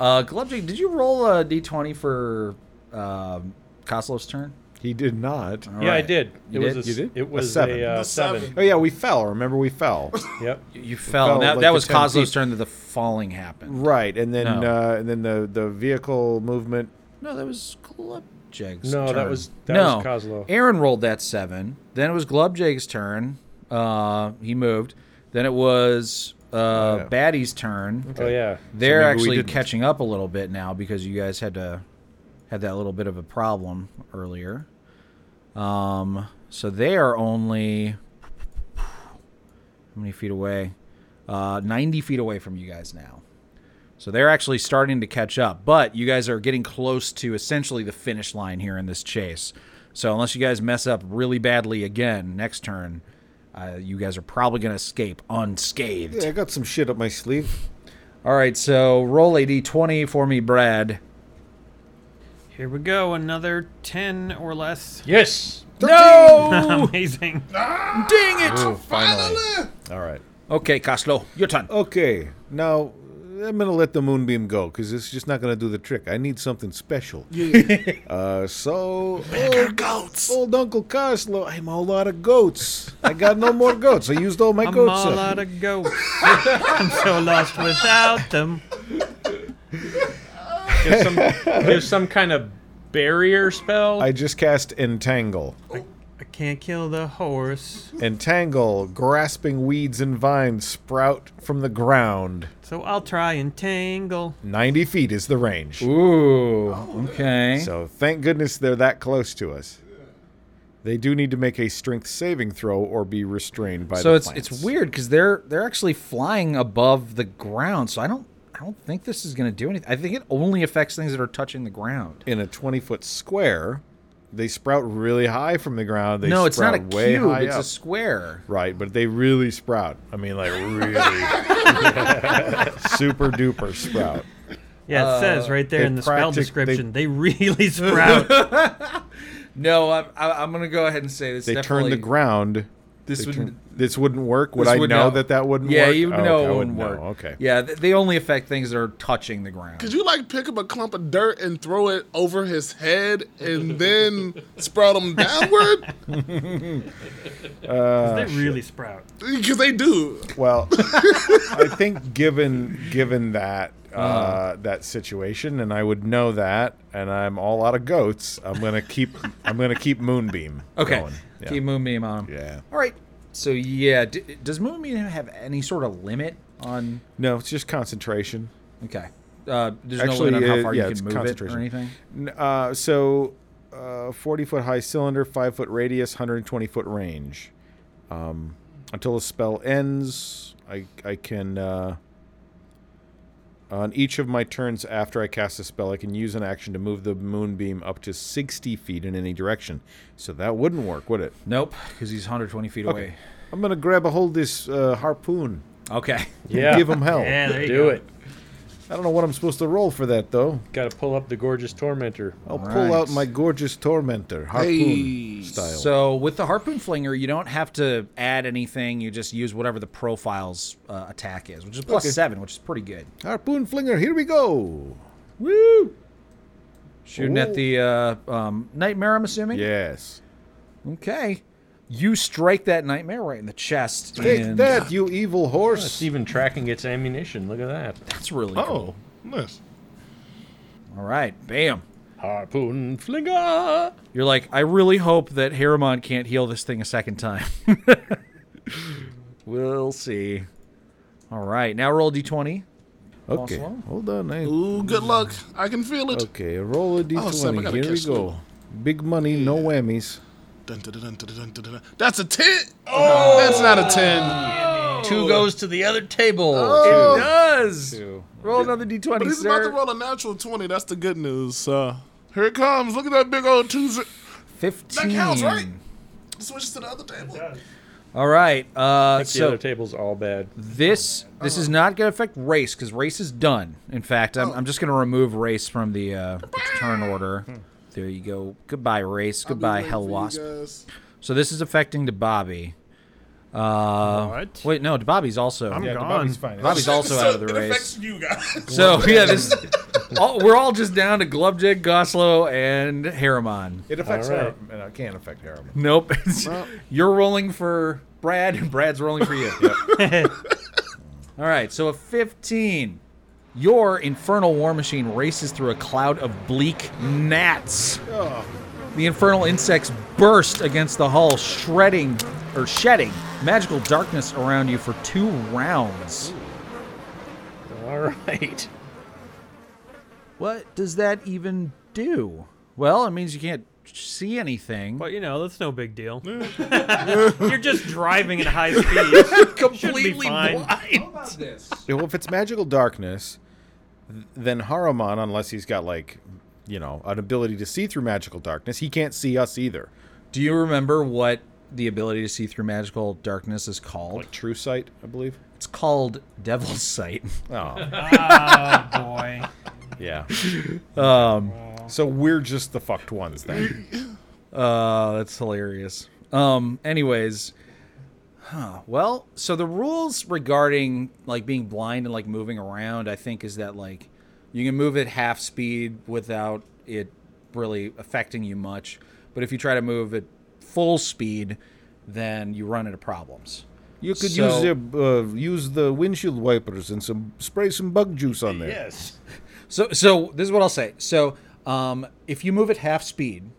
Speaker 1: Uh, Glubjig, did you roll a d twenty for um, Koslov's turn?
Speaker 3: He did not.
Speaker 1: All
Speaker 6: Yeah, I
Speaker 1: right.
Speaker 6: did.
Speaker 1: You
Speaker 6: it
Speaker 1: did?
Speaker 6: was a,
Speaker 3: You did?
Speaker 6: It
Speaker 3: A
Speaker 6: was a
Speaker 3: seven.
Speaker 6: seven. uh,
Speaker 5: The
Speaker 6: seven.
Speaker 5: seven.
Speaker 3: Oh yeah, we fell. Remember we fell.
Speaker 6: Yep.
Speaker 1: You, you fell.
Speaker 3: fell
Speaker 1: and that
Speaker 3: like
Speaker 1: that
Speaker 3: the
Speaker 1: was
Speaker 3: 10
Speaker 1: Koslov's
Speaker 3: feet.
Speaker 1: turn that the falling happened.
Speaker 3: right, and then
Speaker 1: No.
Speaker 3: uh, and then the the vehicle movement.
Speaker 1: No, that was Glubjig's.
Speaker 6: No, that
Speaker 1: turn.
Speaker 6: was- that
Speaker 1: no.
Speaker 6: was Kozlo.
Speaker 1: Aaron rolled that seven. Then it was Glubjig's turn. Uh, he moved. Then it was uh,
Speaker 3: yeah.
Speaker 1: Baddie's turn.
Speaker 6: Oh yeah.
Speaker 1: They're
Speaker 3: maybe we
Speaker 1: actually
Speaker 3: didn't.
Speaker 1: catching up a little bit now because you guys had to had that little bit of a problem earlier. Um, so they are only how many feet away? Uh, Ninety feet away from you guys now. So they're actually starting to catch up, but you guys are getting close to essentially the finish line here in this chase. So unless you guys mess up really badly again next turn, uh, you guys are probably going to escape unscathed.
Speaker 3: Yeah, I got some shit up my sleeve.
Speaker 1: All right, so roll a d20 for me, Brad.
Speaker 4: Here we go, another ten or less.
Speaker 6: Yes.
Speaker 1: No!
Speaker 4: Amazing.
Speaker 1: Dang
Speaker 5: Ah,
Speaker 1: it!
Speaker 3: Finally. All right.
Speaker 1: Okay, Coslo, your turn.
Speaker 3: Okay. Now I'm gonna let the moonbeam go because it's just not gonna do the trick. I need something special. uh, so old,
Speaker 5: Goats.
Speaker 3: old Uncle Coslo, I'm all out of goats. I got no more goats. I used all my
Speaker 4: I'm
Speaker 3: goats
Speaker 4: all
Speaker 3: up.
Speaker 4: out of goats. I'm so lost without them.
Speaker 6: There's some, there's some kind of barrier spell.
Speaker 3: I just cast Entangle.
Speaker 4: I can't kill the horse,
Speaker 3: Entangle, grasping weeds and vines sprout from the ground.
Speaker 4: so I'll try and tangle.
Speaker 3: 90 feet is the range.
Speaker 1: Ooh, okay.
Speaker 3: Oh, So thank goodness they're that close to us. They do need to make a strength saving throw or be restrained by
Speaker 1: So
Speaker 3: the
Speaker 1: it's
Speaker 3: plants.
Speaker 1: it's weird because they're they're actually flying above the ground. So I don't I don't think this is going to do anything. I think it only affects things that are touching the ground.
Speaker 3: In a 20 foot square, they sprout really high from the ground. They
Speaker 1: no, it's not a
Speaker 3: sprout way
Speaker 1: cube.
Speaker 3: high
Speaker 1: It's
Speaker 3: up.
Speaker 1: a square.
Speaker 3: Right, but they really sprout. I mean, like really, super duper sprout.
Speaker 4: Yeah, it says right there
Speaker 3: Uh, they
Speaker 4: in the spell
Speaker 3: practic- they- Oh,
Speaker 4: description. They, really sprout.
Speaker 1: No, I'm, I- I'm gonna go ahead and say this.
Speaker 3: They
Speaker 1: definitely,
Speaker 3: turn the ground.
Speaker 1: This
Speaker 3: They
Speaker 1: would.
Speaker 3: turn- this wouldn't work. Would
Speaker 1: this
Speaker 3: I
Speaker 1: would
Speaker 3: know
Speaker 1: not-
Speaker 3: that that wouldn't
Speaker 1: yeah,
Speaker 3: work?
Speaker 1: you
Speaker 3: Oh,
Speaker 1: know
Speaker 3: okay, I
Speaker 1: it
Speaker 3: wouldn't
Speaker 1: wouldn't work.
Speaker 3: know. Okay.
Speaker 1: Yeah, th- they only affect things that are touching the ground.
Speaker 5: Could you like pick up a clump of dirt and throw it over his head and then sprout him downward?
Speaker 8: they really sprout.
Speaker 5: Because they do.
Speaker 3: Well, I think given given that uh, that situation, and I would know that, and I'm all out of goats. I'm gonna keep I'm gonna keep Moonbeam.
Speaker 1: Okay.
Speaker 3: going. Yeah.
Speaker 1: Keep Moonbeam on him.
Speaker 3: Yeah.
Speaker 1: All right. So yeah, d- does Moonbeam have any sort of limit on?
Speaker 3: No, it's just concentration.
Speaker 1: Okay. Uh, there's
Speaker 3: Actually,
Speaker 1: no limit on
Speaker 3: uh,
Speaker 1: how far
Speaker 3: yeah,
Speaker 1: you
Speaker 3: it's
Speaker 1: can move it or
Speaker 3: concentration.
Speaker 1: anything.
Speaker 3: N- Uh, so, uh, 40 foot high cylinder, 5 foot radius, 120 foot range. Um, until the spell ends, I, I can. Uh, on each of my turns after I cast a spell, I can use an action to move the moonbeam up to 60 feet in any direction. So that wouldn't work, would it?
Speaker 1: Nope, because he's 120 feet away.
Speaker 3: I'm going to grab a hold of this uh, harpoon.
Speaker 1: Okay.
Speaker 6: Yeah,
Speaker 3: Give him hell.
Speaker 8: Yeah, there you
Speaker 6: do
Speaker 8: go.
Speaker 6: it.
Speaker 3: I don't know what I'm supposed to roll for that, though.
Speaker 6: Got to pull up the gorgeous tormentor.
Speaker 3: I'll
Speaker 1: All
Speaker 3: pull
Speaker 1: right.
Speaker 3: out my gorgeous tormentor, harpoon
Speaker 5: Hey.
Speaker 3: style.
Speaker 1: So with the harpoon flinger, you don't have to add anything. You just use whatever the profile's uh, attack is, which is plus
Speaker 3: Okay.
Speaker 1: seven, which is pretty good.
Speaker 3: Harpoon Flinger, here we go.
Speaker 1: Woo! Shooting at
Speaker 3: Ooh.
Speaker 1: the uh, um, nightmare, I'm assuming.
Speaker 3: Yes.
Speaker 1: Okay. You strike that nightmare right in the chest.
Speaker 3: Take
Speaker 1: and
Speaker 3: that, you evil
Speaker 6: It's
Speaker 3: horse.
Speaker 6: even tracking its ammunition. Look at that.
Speaker 1: That's really
Speaker 5: Oh,
Speaker 1: cool.
Speaker 5: nice.
Speaker 1: All right. Bam.
Speaker 6: Harpoon flinger.
Speaker 1: You're like, I really hope that Haramon can't heal this thing a second time. we'll see. All right, now roll d20.
Speaker 3: Okay,
Speaker 1: Bonsoir.
Speaker 3: hold on. I,
Speaker 5: Ooh, good luck. I can feel it.
Speaker 3: okay, roll a d20.
Speaker 5: Oh, Sam, I gotta
Speaker 3: here we
Speaker 5: catch
Speaker 3: go. Big money, no whammies.
Speaker 5: Dun, dun, dun, dun, dun, dun, dun, dun. That's a 10. Oh, that's not a 10.
Speaker 6: Two goes to the other table.
Speaker 3: Oh.
Speaker 1: It does. Roll another d20,
Speaker 5: Oh. But he's about to
Speaker 1: sir.
Speaker 5: roll a natural 20. That's the good news. So here it comes. Look at that big old two. zi-
Speaker 1: 15.
Speaker 5: That counts, right? Switches to the other table.
Speaker 1: All right. Uh,
Speaker 6: the
Speaker 1: so
Speaker 6: other table's all bad.
Speaker 1: this this
Speaker 5: Uh-huh.
Speaker 1: is not going to affect race because race is done. In fact,
Speaker 5: Oh.
Speaker 1: I'm, I'm just going to remove race from the uh, turn order. There you go. Goodbye, race. Goodbye,
Speaker 5: Waiting for
Speaker 1: hell
Speaker 5: you
Speaker 1: wasp.
Speaker 5: guys.
Speaker 1: So this is affecting to Bobby. Uh,
Speaker 4: What?
Speaker 1: Wait, no, Bobby's also.
Speaker 4: I'm gone.
Speaker 1: Bobby's also
Speaker 5: So
Speaker 1: out of the
Speaker 5: it
Speaker 1: race.
Speaker 5: affects you guys.
Speaker 1: So yeah, this all, we're all just down to Glubjig, Goslow, and Harriman.
Speaker 3: It affects
Speaker 6: All
Speaker 3: right.
Speaker 6: right.
Speaker 3: and it can't affect Harem.
Speaker 1: Nope, it's, you're rolling for Brad, and Brad's rolling for you. all right, so a 15. Your infernal war machine races through a cloud of bleak gnats. The infernal insects burst against the hull, shredding or shedding magical darkness around you for two rounds.
Speaker 6: All right.
Speaker 1: What does that even do? Well, it means you can't see anything.
Speaker 4: But you know, that's no big deal. You're just driving at high speed. Completely fine.
Speaker 3: Well, if it's magical darkness, th- then Haruman, unless he's got like, you know, an ability to see through magical darkness, he can't see us either.
Speaker 1: Do you remember what the ability to see through magical darkness is called?
Speaker 3: Like true sight, I believe.
Speaker 1: It's called Devil's Sight.
Speaker 3: Oh,
Speaker 4: Oh boy.
Speaker 3: yeah. um. So we're just the fucked ones then.
Speaker 1: Uh, that's hilarious. Um, anyways, huh. Well, so the rules regarding like being blind and like moving around, I think, is that like you can move at half speed without it really affecting you much, but if you try to move at full speed, then you run into problems.
Speaker 3: You could
Speaker 1: So-
Speaker 3: use the uh, use the windshield wipers and some spray some bug juice on there.
Speaker 6: Yes.
Speaker 1: So, so this is what I'll say. So, um, if you move at half speed,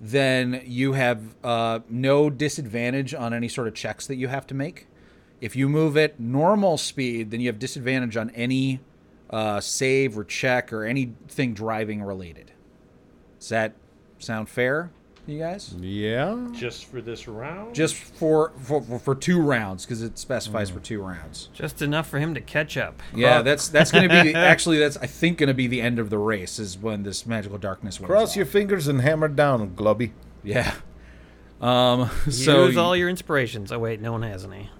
Speaker 1: then you have uh, no disadvantage on any sort of checks that you have to make. If you move at normal speed, then you have disadvantage on any uh, save or check or anything driving related. Does that sound fair, you guys?
Speaker 3: Yeah.
Speaker 6: Just for this round.
Speaker 1: Just for for, for- for two rounds, because it specifies for two rounds.
Speaker 4: Just enough for him to catch up.
Speaker 1: Yeah, that's that's going to be actually that's I think going to be the end of the race is when this magical darkness. wears
Speaker 3: Cross
Speaker 1: off.
Speaker 3: your fingers and hammer down, Glubby.
Speaker 1: Yeah. Um, so
Speaker 4: Use all your inspirations. Oh wait, no one has any.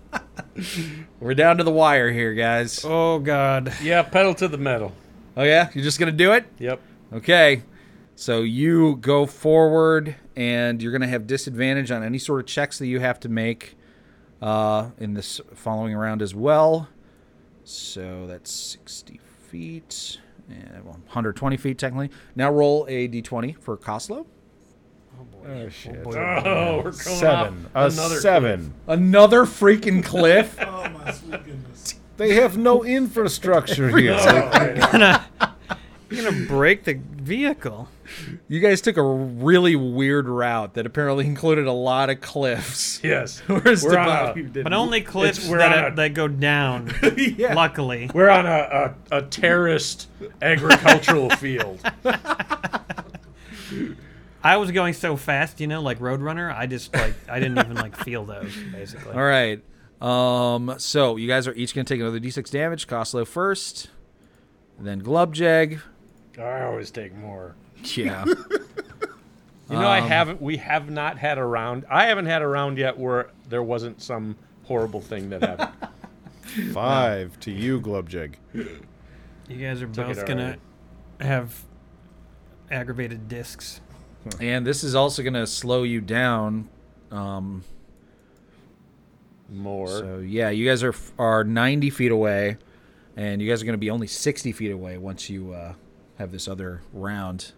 Speaker 1: we're down to the wire here, guys. Oh.
Speaker 4: Oh god.
Speaker 6: yeah, pedal to the metal.
Speaker 1: yeah, you're just gonna do it?
Speaker 6: Yep.
Speaker 1: Okay. So you go forward, and you're going to have disadvantage on any sort of checks that you have to make uh, in this following round as well. So that's 60 feet, and well, 120 feet technically. Now roll a d20 for Koslow.
Speaker 9: Oh, shit.
Speaker 6: Oh, we're going
Speaker 9: seven.
Speaker 6: off
Speaker 9: A
Speaker 6: another
Speaker 9: seven.
Speaker 1: Another freaking cliff.
Speaker 8: Oh my sweet goodness.
Speaker 3: They have no infrastructure here.
Speaker 4: You're gonna break the vehicle.
Speaker 1: you guys took a really weird route that apparently included a lot of cliffs.
Speaker 6: Yes.
Speaker 1: Where's
Speaker 6: We're on,
Speaker 1: Debo?
Speaker 6: a,
Speaker 4: But only cliffs
Speaker 6: we're
Speaker 4: that,
Speaker 6: on
Speaker 4: are-
Speaker 6: a-
Speaker 4: that go down. Luckily.
Speaker 6: we're on a, a, a terraced agricultural field.
Speaker 4: I was going so fast, you know, like Roadrunner, I just like I didn't even like feel those basically.
Speaker 1: All right. Um, so you guys are each going to take another d6 damage. Koslow first, then Glubjag.
Speaker 6: I always take more.
Speaker 1: Yeah.
Speaker 6: You
Speaker 9: Um,
Speaker 6: know, I haven't. We have not had a round. I haven't had a round yet where there wasn't some horrible thing that happened.
Speaker 9: Five to you, Glubjig.
Speaker 4: You guys are
Speaker 6: it
Speaker 4: both gonna have aggravated discs.
Speaker 1: and this is also going to slow you down.
Speaker 6: More.
Speaker 1: So yeah, you guys are are 90 feet away, and you guys are going to be only 60 feet away once you uh, have this other round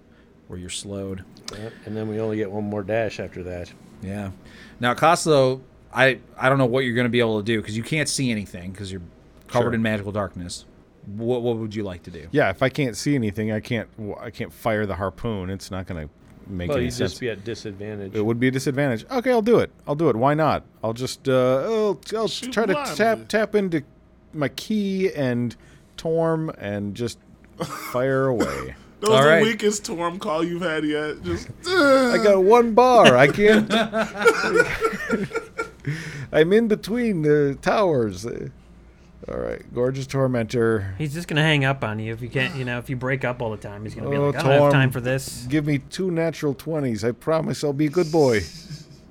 Speaker 1: where you're slowed.
Speaker 6: Yep, And then we only get one more dash after that.
Speaker 1: Yeah. Now Koslow, I I don't know what you're going to be able to do because you can't see anything because you're covered in magical darkness. What what would you like to do?
Speaker 9: Yeah, if I can't see anything, I can't. w- I can't fire the harpoon. It's not gonna make
Speaker 6: Well,
Speaker 9: any
Speaker 6: you
Speaker 9: sense.
Speaker 6: just be at disadvantage.
Speaker 9: it would be a disadvantage. Okay, I'll do it. I'll do it. Why not? I'll just. Uh, I'll, I'll
Speaker 5: Shoot
Speaker 9: try to
Speaker 5: blindly.
Speaker 9: tap tap into my key and Torm and just fire away.
Speaker 5: That was
Speaker 1: All
Speaker 5: the
Speaker 1: right.
Speaker 5: weakest Torm call you've had yet. Just
Speaker 9: I got one bar. I can't. I'm in between the towers. Uh, All right, gorgeous tormentor.
Speaker 4: He's just gonna hang up on you if you can't you know, if you break up all the time, he's gonna be
Speaker 9: Oh,
Speaker 4: like, I don't have
Speaker 9: Torm.
Speaker 4: time for this.
Speaker 9: Give me two natural twenties. I promise I'll be a good boy.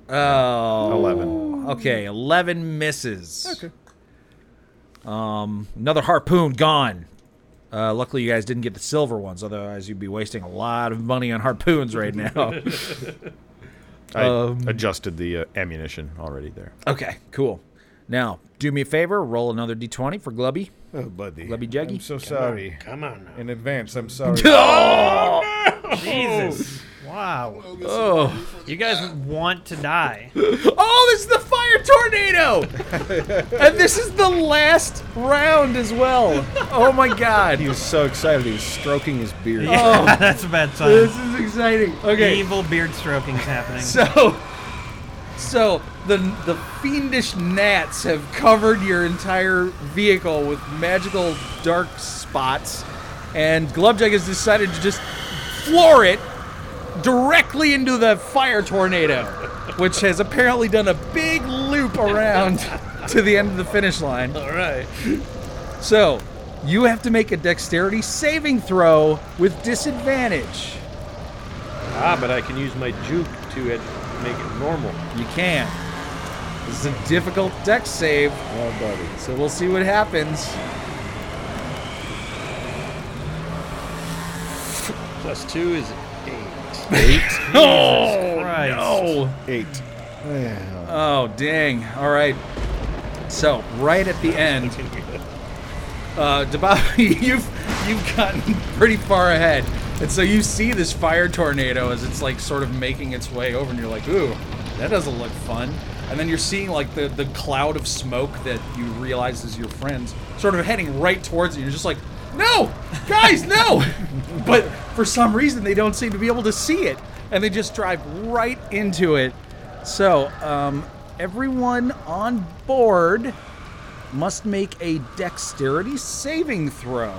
Speaker 1: Oh,
Speaker 9: Eleven.
Speaker 1: Okay, eleven misses. Okay. Um, another harpoon gone. Uh, luckily, you guys didn't get the silver ones. Otherwise, you'd be wasting a lot of money on harpoons right now.
Speaker 9: I
Speaker 1: Um,
Speaker 9: adjusted the uh, ammunition already there.
Speaker 1: okay, cool. Now, do me a favor. Roll another d20 for Glubby.
Speaker 9: Oh, buddy.
Speaker 1: Let me juggy.
Speaker 9: I'm so sorry.
Speaker 6: Come on now.
Speaker 9: In advance, I'm sorry.
Speaker 4: Oh. Jesus. Wow.
Speaker 1: Oh,
Speaker 4: You guys want to die.
Speaker 1: oh, this is the fire tornado, and this is the last round as well. Oh my god.
Speaker 9: he was so excited. He was stroking his beard.
Speaker 4: That's a bad sign.
Speaker 1: is exciting. Okay.
Speaker 4: Evil beard stroking is happening.
Speaker 1: So, so the the fiendish gnats have covered your entire vehicle with magical dark spots, and Glubjug has decided to just floor it directly into the fire tornado, which has apparently done a big loop around to the end of the finish line.
Speaker 6: All right.
Speaker 1: So, you have to make a dexterity saving throw with disadvantage.
Speaker 6: Ah, but I can use my juke to it, make it normal.
Speaker 1: You can. This is a difficult deck save. So we'll see what happens.
Speaker 6: Plus two is eight.
Speaker 4: Christ.
Speaker 9: Eight.
Speaker 1: Oh, dang. All right. So, right at the end, uh, Dabawi, you've, you've gotten pretty far ahead. And so you see this fire tornado as it's like sort of making its way over, and you're like, ooh, that doesn't look fun. And then you're seeing like the, the cloud of smoke that you realize is your friends sort of heading right towards you. You're just like, no, guys, no. but for some reason, they don't seem to be able to see it. And they just drive right into it. So, um, everyone on board must make a dexterity saving throw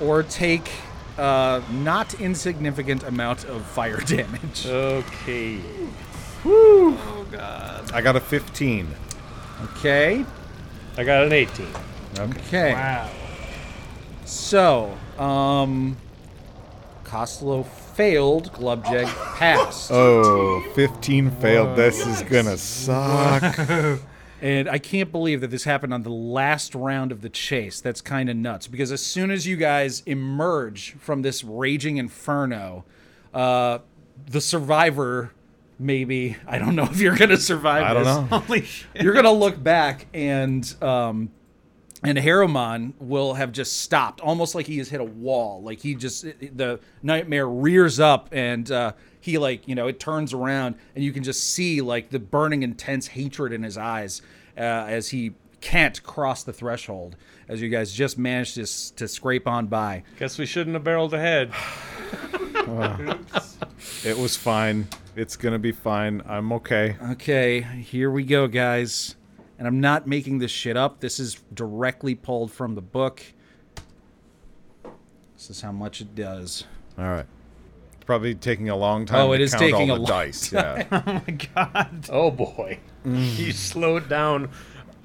Speaker 1: or take a not insignificant amount of fire damage.
Speaker 6: Okay.
Speaker 9: I got a 15.
Speaker 1: Okay.
Speaker 6: I got an 18.
Speaker 1: Okay. Wow. So, um, Costello failed, Glubjeg passed. Oh,
Speaker 9: Oh, 15 failed. This is gonna suck.
Speaker 1: And I can't believe that this happened on the last round of the chase. That's kind of nuts because as soon as you guys emerge from this raging inferno, uh, the survivor, maybe, I don't know if you're going to survive I
Speaker 3: don't know.
Speaker 4: Holy shit.
Speaker 1: you're gonna look back and um and Harriman will have just stopped, almost like he has hit a wall. Like he just the nightmare rears up and uh, he like you know it turns around and you can just see like the burning intense hatred in his eyes uh, as he can't cross the threshold. As you guys just managed to s- to scrape on by.
Speaker 6: Guess we shouldn't have barreled ahead.
Speaker 3: It was fine. It's gonna be fine. I'm okay.
Speaker 1: Okay, here we go, guys. And I'm not making this shit up. This is directly pulled from the book. This is how much it does.
Speaker 3: All right. It's probably taking a long time.
Speaker 1: Oh, it
Speaker 3: to
Speaker 1: is
Speaker 3: count
Speaker 1: taking
Speaker 3: all
Speaker 1: a
Speaker 3: the
Speaker 1: long
Speaker 3: dice. Yeah.
Speaker 6: Oh boy, he slowed down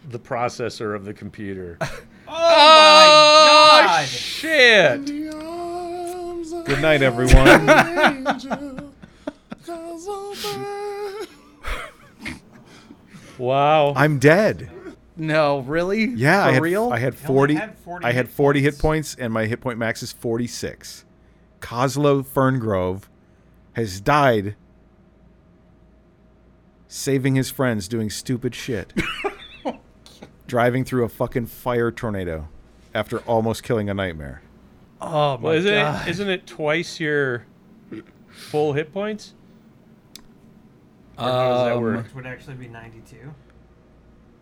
Speaker 6: the processor of the computer.
Speaker 4: Oh,
Speaker 6: Shit!
Speaker 3: Good night, everyone.
Speaker 6: Wow.
Speaker 3: I'm dead.
Speaker 1: No, really?
Speaker 3: Yeah,
Speaker 1: for
Speaker 3: I had,
Speaker 1: real.
Speaker 3: I had 40,
Speaker 4: had 40
Speaker 3: I had
Speaker 4: hit
Speaker 3: 40 hit points, and my hit point max is 46. Coslow Ferngrove has died saving his friends doing stupid shit. Driving through a fucking fire tornado after almost killing a nightmare.
Speaker 4: Oh, my
Speaker 6: Well, isn't
Speaker 4: God.
Speaker 6: it, isn't it twice your full hit points? Or how does
Speaker 1: Um,
Speaker 6: that work?
Speaker 4: Which would actually be 92.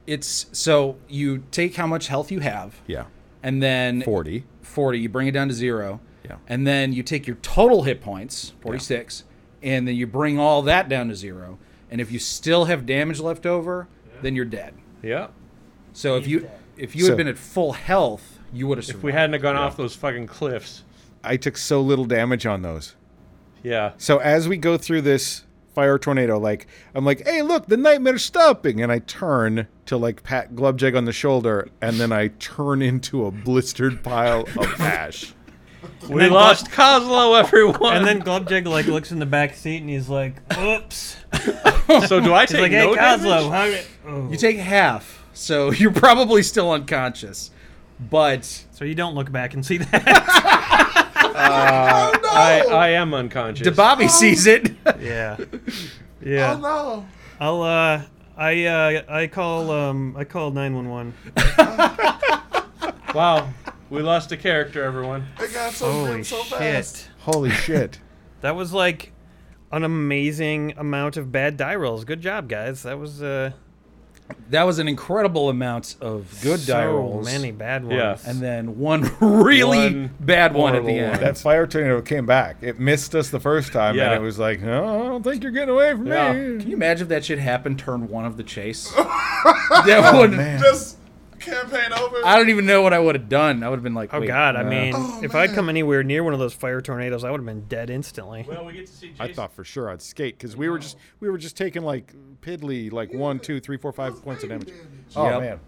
Speaker 1: it's so you take how much health you have,
Speaker 3: Yeah.
Speaker 1: and then
Speaker 3: 40.
Speaker 1: 40, you bring it down to zero,
Speaker 3: Yeah.
Speaker 1: and then you take your total hit points, 46, and then you bring all that down to zero. And if you still have damage left over, then you're dead.
Speaker 6: Yeah.
Speaker 1: So if you if you
Speaker 3: So-
Speaker 1: had been at full health, you would have survived.
Speaker 6: If we hadn't have gone off those fucking cliffs.
Speaker 3: I took so little damage on those.
Speaker 6: Yeah.
Speaker 3: So as we go through this fire tornado, like I'm like, hey, look, the nightmare's stopping, and I turn to like pat Glubjeg on the shoulder, and then I turn into a blistered pile of ash.
Speaker 6: We lost Coslow, everyone.
Speaker 4: And then Glubjig like looks in the back seat and he's like, "Oops!"
Speaker 6: so do I
Speaker 4: He's
Speaker 6: take
Speaker 4: like, "Hey,
Speaker 6: no
Speaker 4: Coslow,
Speaker 6: damage?
Speaker 4: how?" did- Oh.
Speaker 1: you take half, so you're probably still unconscious. But
Speaker 4: so you don't look back and see that.
Speaker 6: I, I am unconscious.
Speaker 1: Bobby sees it.
Speaker 4: yeah,
Speaker 5: Oh
Speaker 4: yeah.
Speaker 5: no!
Speaker 4: I'll uh, I uh, I call um, I call nine one one.
Speaker 6: wow. We lost a character, everyone.
Speaker 5: It got so
Speaker 4: Holy
Speaker 5: big so fast.
Speaker 4: shit!
Speaker 3: Holy shit!
Speaker 4: That was like an amazing amount of bad die rolls. Good job, guys. That was uh,
Speaker 1: That was an incredible amount of good die
Speaker 4: so
Speaker 1: rolls,
Speaker 4: many bad ones.
Speaker 6: Yeah.
Speaker 1: and then one really
Speaker 6: One
Speaker 1: bad one at the
Speaker 6: horrible
Speaker 1: end.
Speaker 6: one.
Speaker 3: That fire tornado came back. It missed us the first time,
Speaker 6: Yeah.
Speaker 3: and it was like, no, I don't think you're getting away from
Speaker 6: Yeah.
Speaker 3: me.
Speaker 1: Can you imagine if that shit happened turn one of the chase? that would.
Speaker 5: Just campaign over.
Speaker 1: I don't even know what I would have done. I would have been like,
Speaker 4: Oh
Speaker 1: Wait, uh,
Speaker 4: God! I mean,
Speaker 5: Oh,
Speaker 4: if I'd
Speaker 5: man.
Speaker 4: come anywhere near one of those fire tornadoes, I would have been dead instantly.
Speaker 6: Well, we get to see Jason.
Speaker 3: I thought for sure I'd skate because we were just we were just taking like piddly like one, two, three, four, five points of damage. Oh
Speaker 1: Yep.
Speaker 3: man,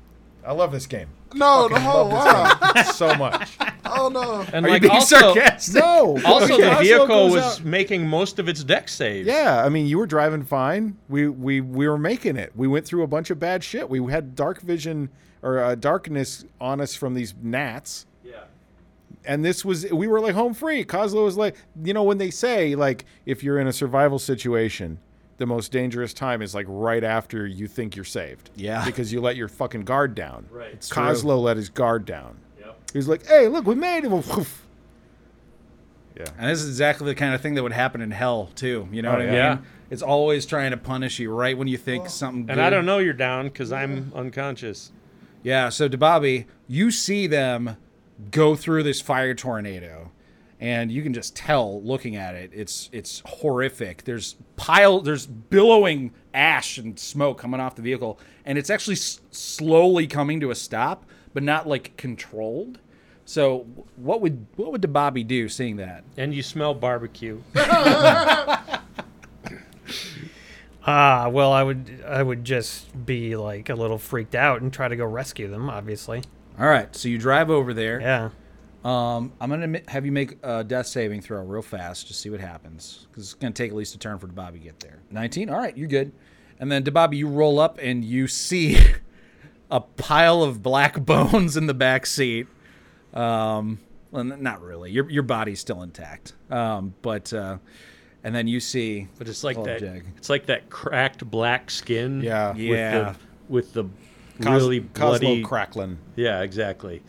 Speaker 3: I love this game
Speaker 5: no, the whole while.
Speaker 3: so much.
Speaker 5: Oh no!
Speaker 6: and
Speaker 1: Are
Speaker 6: like
Speaker 1: you being
Speaker 6: also,
Speaker 1: sarcastic?
Speaker 3: No,
Speaker 6: also the
Speaker 3: Cosmo
Speaker 6: vehicle
Speaker 3: goes
Speaker 6: was
Speaker 3: out-
Speaker 6: making most of its deck saves.
Speaker 3: Yeah, I mean, you were driving fine. We we we were making it. We went through a bunch of bad shit. We had dark vision or uh, darkness on us from these gnats,
Speaker 6: Yeah.
Speaker 3: and this was we were like home free. Coslow was like, you know, when they say like if you're in a survival situation, the most dangerous time is like right after you think you're saved.
Speaker 1: Yeah.
Speaker 3: because you let your fucking guard down.
Speaker 6: Right. It's
Speaker 1: true.
Speaker 3: Coslow let his guard down.
Speaker 6: Yep.
Speaker 3: He was like, hey, look, we made it. Yeah.
Speaker 1: And this is exactly the kind of thing that would happen in hell too. You know
Speaker 3: Oh,
Speaker 1: what I
Speaker 3: yeah.
Speaker 1: mean?
Speaker 6: Yeah.
Speaker 1: It's always trying to punish you right when you think something.
Speaker 6: And I don't know you're down because I'm unconscious.
Speaker 1: Yeah, so Dababi, you see them go through this fire tornado and you can just tell looking at it. It's it's horrific. There's pile there's billowing ash and smoke coming off the vehicle and it's actually s- slowly coming to a stop, but not like controlled. So what would what would Dababi do seeing that?
Speaker 6: And you smell barbecue.
Speaker 4: Ah, well, I would I would just be like a little freaked out and try to go rescue them. Obviously,
Speaker 1: All right, so you drive over there.
Speaker 4: yeah.
Speaker 1: Um, I'm gonna mi- have you make a death saving throw real fast, just see what happens, because it's gonna take at least a turn for Bobby to get there. 19. All right, you're good. And then Bobby, you roll up and you see a pile of black bones in the back seat. Um, well, n- not really. Your your body's still intact. Um, but uh, and then you see,
Speaker 6: But it's like
Speaker 1: Oh,
Speaker 6: that.
Speaker 1: Jag.
Speaker 6: It's like that cracked black skin.
Speaker 3: Yeah.
Speaker 6: With
Speaker 1: Yeah.
Speaker 6: The, with the
Speaker 3: Cos-
Speaker 6: really
Speaker 3: Cosmo
Speaker 6: bloody.
Speaker 3: Cracklin.
Speaker 6: Yeah, exactly.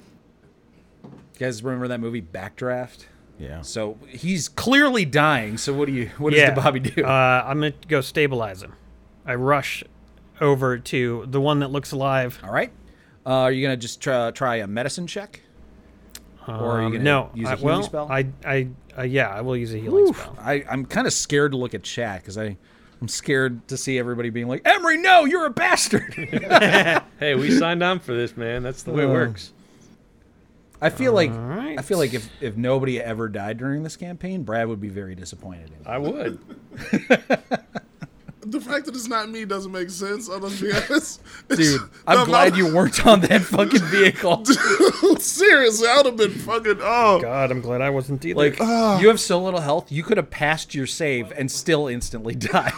Speaker 1: you guys remember that movie Backdraft?
Speaker 10: Yeah.
Speaker 1: So he's clearly dying. So what do you? What
Speaker 4: Yeah.
Speaker 1: does the Bobby do?
Speaker 4: Uh, I'm going to go stabilize him. I rush over to the one that looks alive.
Speaker 1: All right. Uh, are you gonna just try, try a medicine check? Or are you
Speaker 4: Um,
Speaker 1: gonna
Speaker 4: no,
Speaker 1: use a
Speaker 4: I,
Speaker 1: healing
Speaker 4: well,
Speaker 1: spell?
Speaker 4: I, I, uh, yeah, I will use a healing spell.
Speaker 1: I, I'm kind of scared to look at chat because I. I'm scared to see everybody being like, Emery, no, you're a bastard.
Speaker 6: Hey, we signed on for this, man. That's the way it works.
Speaker 1: I feel like
Speaker 4: right.
Speaker 1: I feel like if, if nobody ever died during this campaign, Brad would be very disappointed in it.
Speaker 6: I would.
Speaker 5: The fact that it's not me doesn't make sense. I'm gonna be honest,
Speaker 1: Dude, I'm glad you weren't on that fucking vehicle.
Speaker 5: you. Seriously, I would have been fucking. Oh,
Speaker 4: God, I'm glad I wasn't either.
Speaker 1: Like you have so little health, you could have passed your save and still instantly died.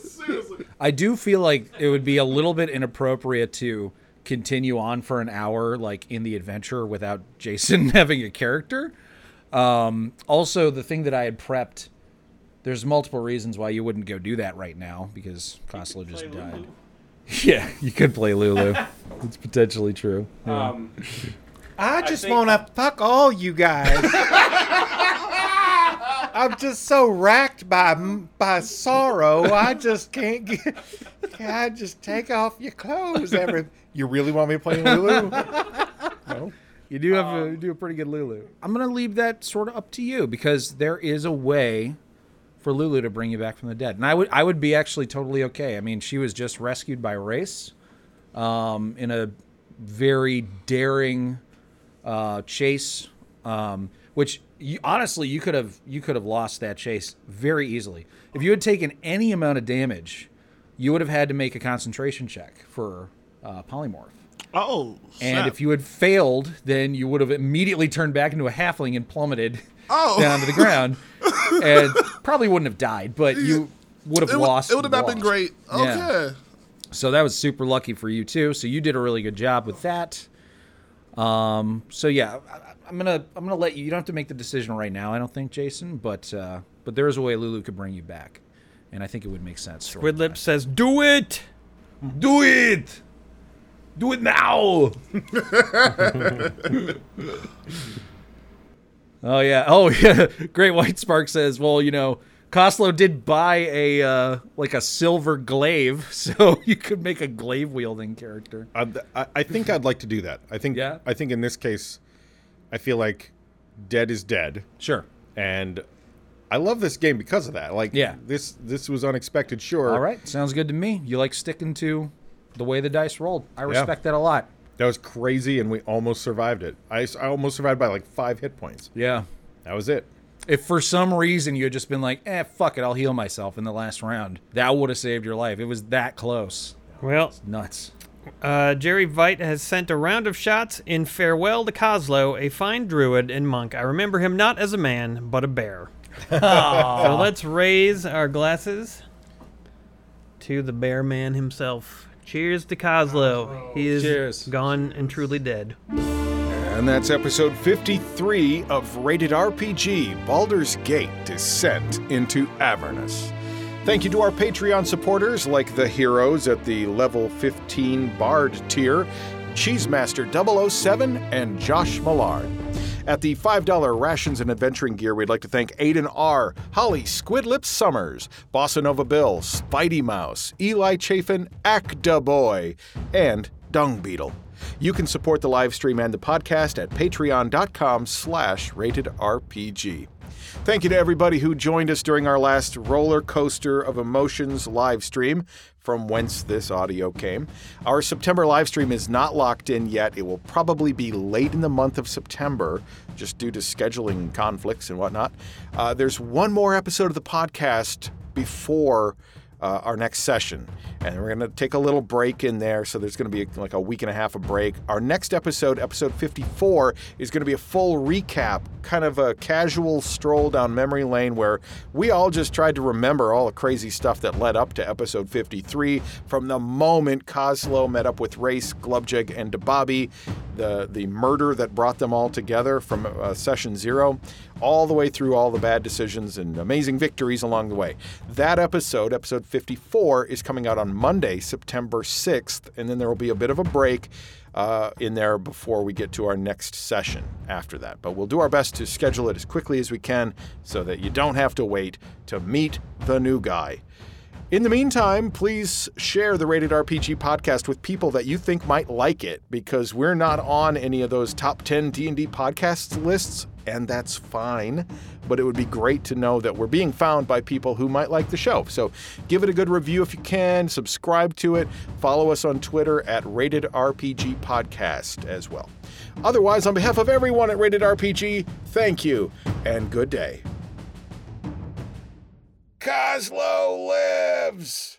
Speaker 5: seriously.
Speaker 1: I do feel like it would be a little bit inappropriate to continue on for an hour like in the adventure without Jason having a character. Um, also, the thing that I had prepped, there's multiple reasons why you wouldn't go do that right now because Costello just died. Yeah, you could play Lulu. It's potentially true.
Speaker 11: I just want to fuck all you guys. I'm just so racked by by sorrow. I just can't get. Can I just take off your clothes? Every
Speaker 3: You really want me to play Lulu?
Speaker 1: You do have a, you do a pretty good Lulu. Um, I'm gonna leave that sort of up to you because there is a way for Lulu to bring you back from the dead, and I would I would be actually totally okay. I mean, she was just rescued by Race, um, in a very daring uh, chase, um, which you, honestly you could have you could have lost that chase very easily if you had taken any amount of damage. You would have had to make a concentration check for uh, polymorph.
Speaker 5: Oh,
Speaker 1: And
Speaker 5: snap.
Speaker 1: if you had failed, then you would have immediately turned back into a halfling and plummeted
Speaker 5: Oh.
Speaker 1: down to the ground, and probably wouldn't have died, but you would have
Speaker 5: it would,
Speaker 1: lost.
Speaker 5: it would have not been
Speaker 1: lost.
Speaker 5: great.
Speaker 1: Yeah.
Speaker 5: Okay.
Speaker 1: So that was super lucky for you too. So you did a really good job with that. Um. So yeah, I, I'm gonna I'm gonna let you. You don't have to make the decision right now. I don't think Jason, but uh, but there is a way Lulu could bring you back, and I think it would make sense.
Speaker 4: Squid Lip says, "Do it."
Speaker 1: do it, do it now. Oh yeah. Oh yeah. Great White Spark says, "Well, you know, Costlo did buy a uh, like a silver glaive, so you could make a glaive wielding character."
Speaker 3: I, I- I think I'd like to do that. I think.
Speaker 1: Yeah?
Speaker 3: I think in this case, I feel like dead is dead,
Speaker 1: Sure.
Speaker 3: and I love this game because of that. Like,
Speaker 1: Yeah.
Speaker 3: this this was unexpected. Sure.
Speaker 1: All right. Sounds good to me. You like sticking to the way the dice rolled. I
Speaker 3: Yeah.
Speaker 1: respect that a lot.
Speaker 3: That was crazy, and we almost survived it. I, s- I almost survived by like five hit points.
Speaker 1: Yeah.
Speaker 3: That was it.
Speaker 1: If for some reason you had just been like, "Eh, fuck it, I'll heal myself" in the last round, that would have saved your life. It was that close.
Speaker 4: Well,
Speaker 1: Nuts.
Speaker 4: Uh, Jerry Veit has sent a round of shots in farewell to Coslow, a fine druid and monk. I remember him not as a man, but a bear. so let's raise our glasses to the bear man himself. Cheers to Coslow. He is
Speaker 1: Cheers.
Speaker 4: gone and truly dead.
Speaker 11: and that's episode 53 of Rated RPG: Baldur's Gate Descent into Avernus.
Speaker 3: Thank you to our Patreon supporters like the heroes at the level 15 Bard tier, Cheesemaster 007, and Josh Millard. At the $5 rations and adventuring gear, we'd like to thank Aiden R., Holly Squidlip Summers, Bossa Nova Bill, Spidey Mouse, Eli Chafin, Acta Boy, and Dung Beetle. You can support the live stream and the podcast at patreon.com slash rated RPG. Thank you to everybody who joined us during our last roller coaster of emotions live stream from whence this audio came. Our September live stream is not locked in yet. It will probably be late in the month of September just due to scheduling conflicts and whatnot. Uh, there's one more episode of the podcast before uh, our next session. And we're going to take a little break in there. So there's going to be like a week and a half of break. Our next episode, episode 54, is going to be a full recap, kind of a casual stroll down memory lane where we all just tried to remember all the crazy stuff that led up to episode 53 from the moment Coslow met up with Race, Glubjig, and Dababi, the, the murder that brought them all together from uh, session zero, all the way through all the bad decisions and amazing victories along the way. That episode, episode 54, is coming out on Monday, September 6th, and then there will be a bit of a break uh, in there before we get to our next session after that. But we'll do our best to schedule it as quickly as we can so that you don't have to wait to meet the new guy. In the meantime, please share the Rated RPG podcast with people that you think might like it because we're not on any of those top 10 D&D podcasts lists and that's fine, but it would be great to know that we're being found by people who might like the show. So, give it a good review if you can, subscribe to it, follow us on Twitter at Rated RPG Podcast as well. Otherwise, on behalf of everyone at Rated RPG, thank you and good day. Coslow lives!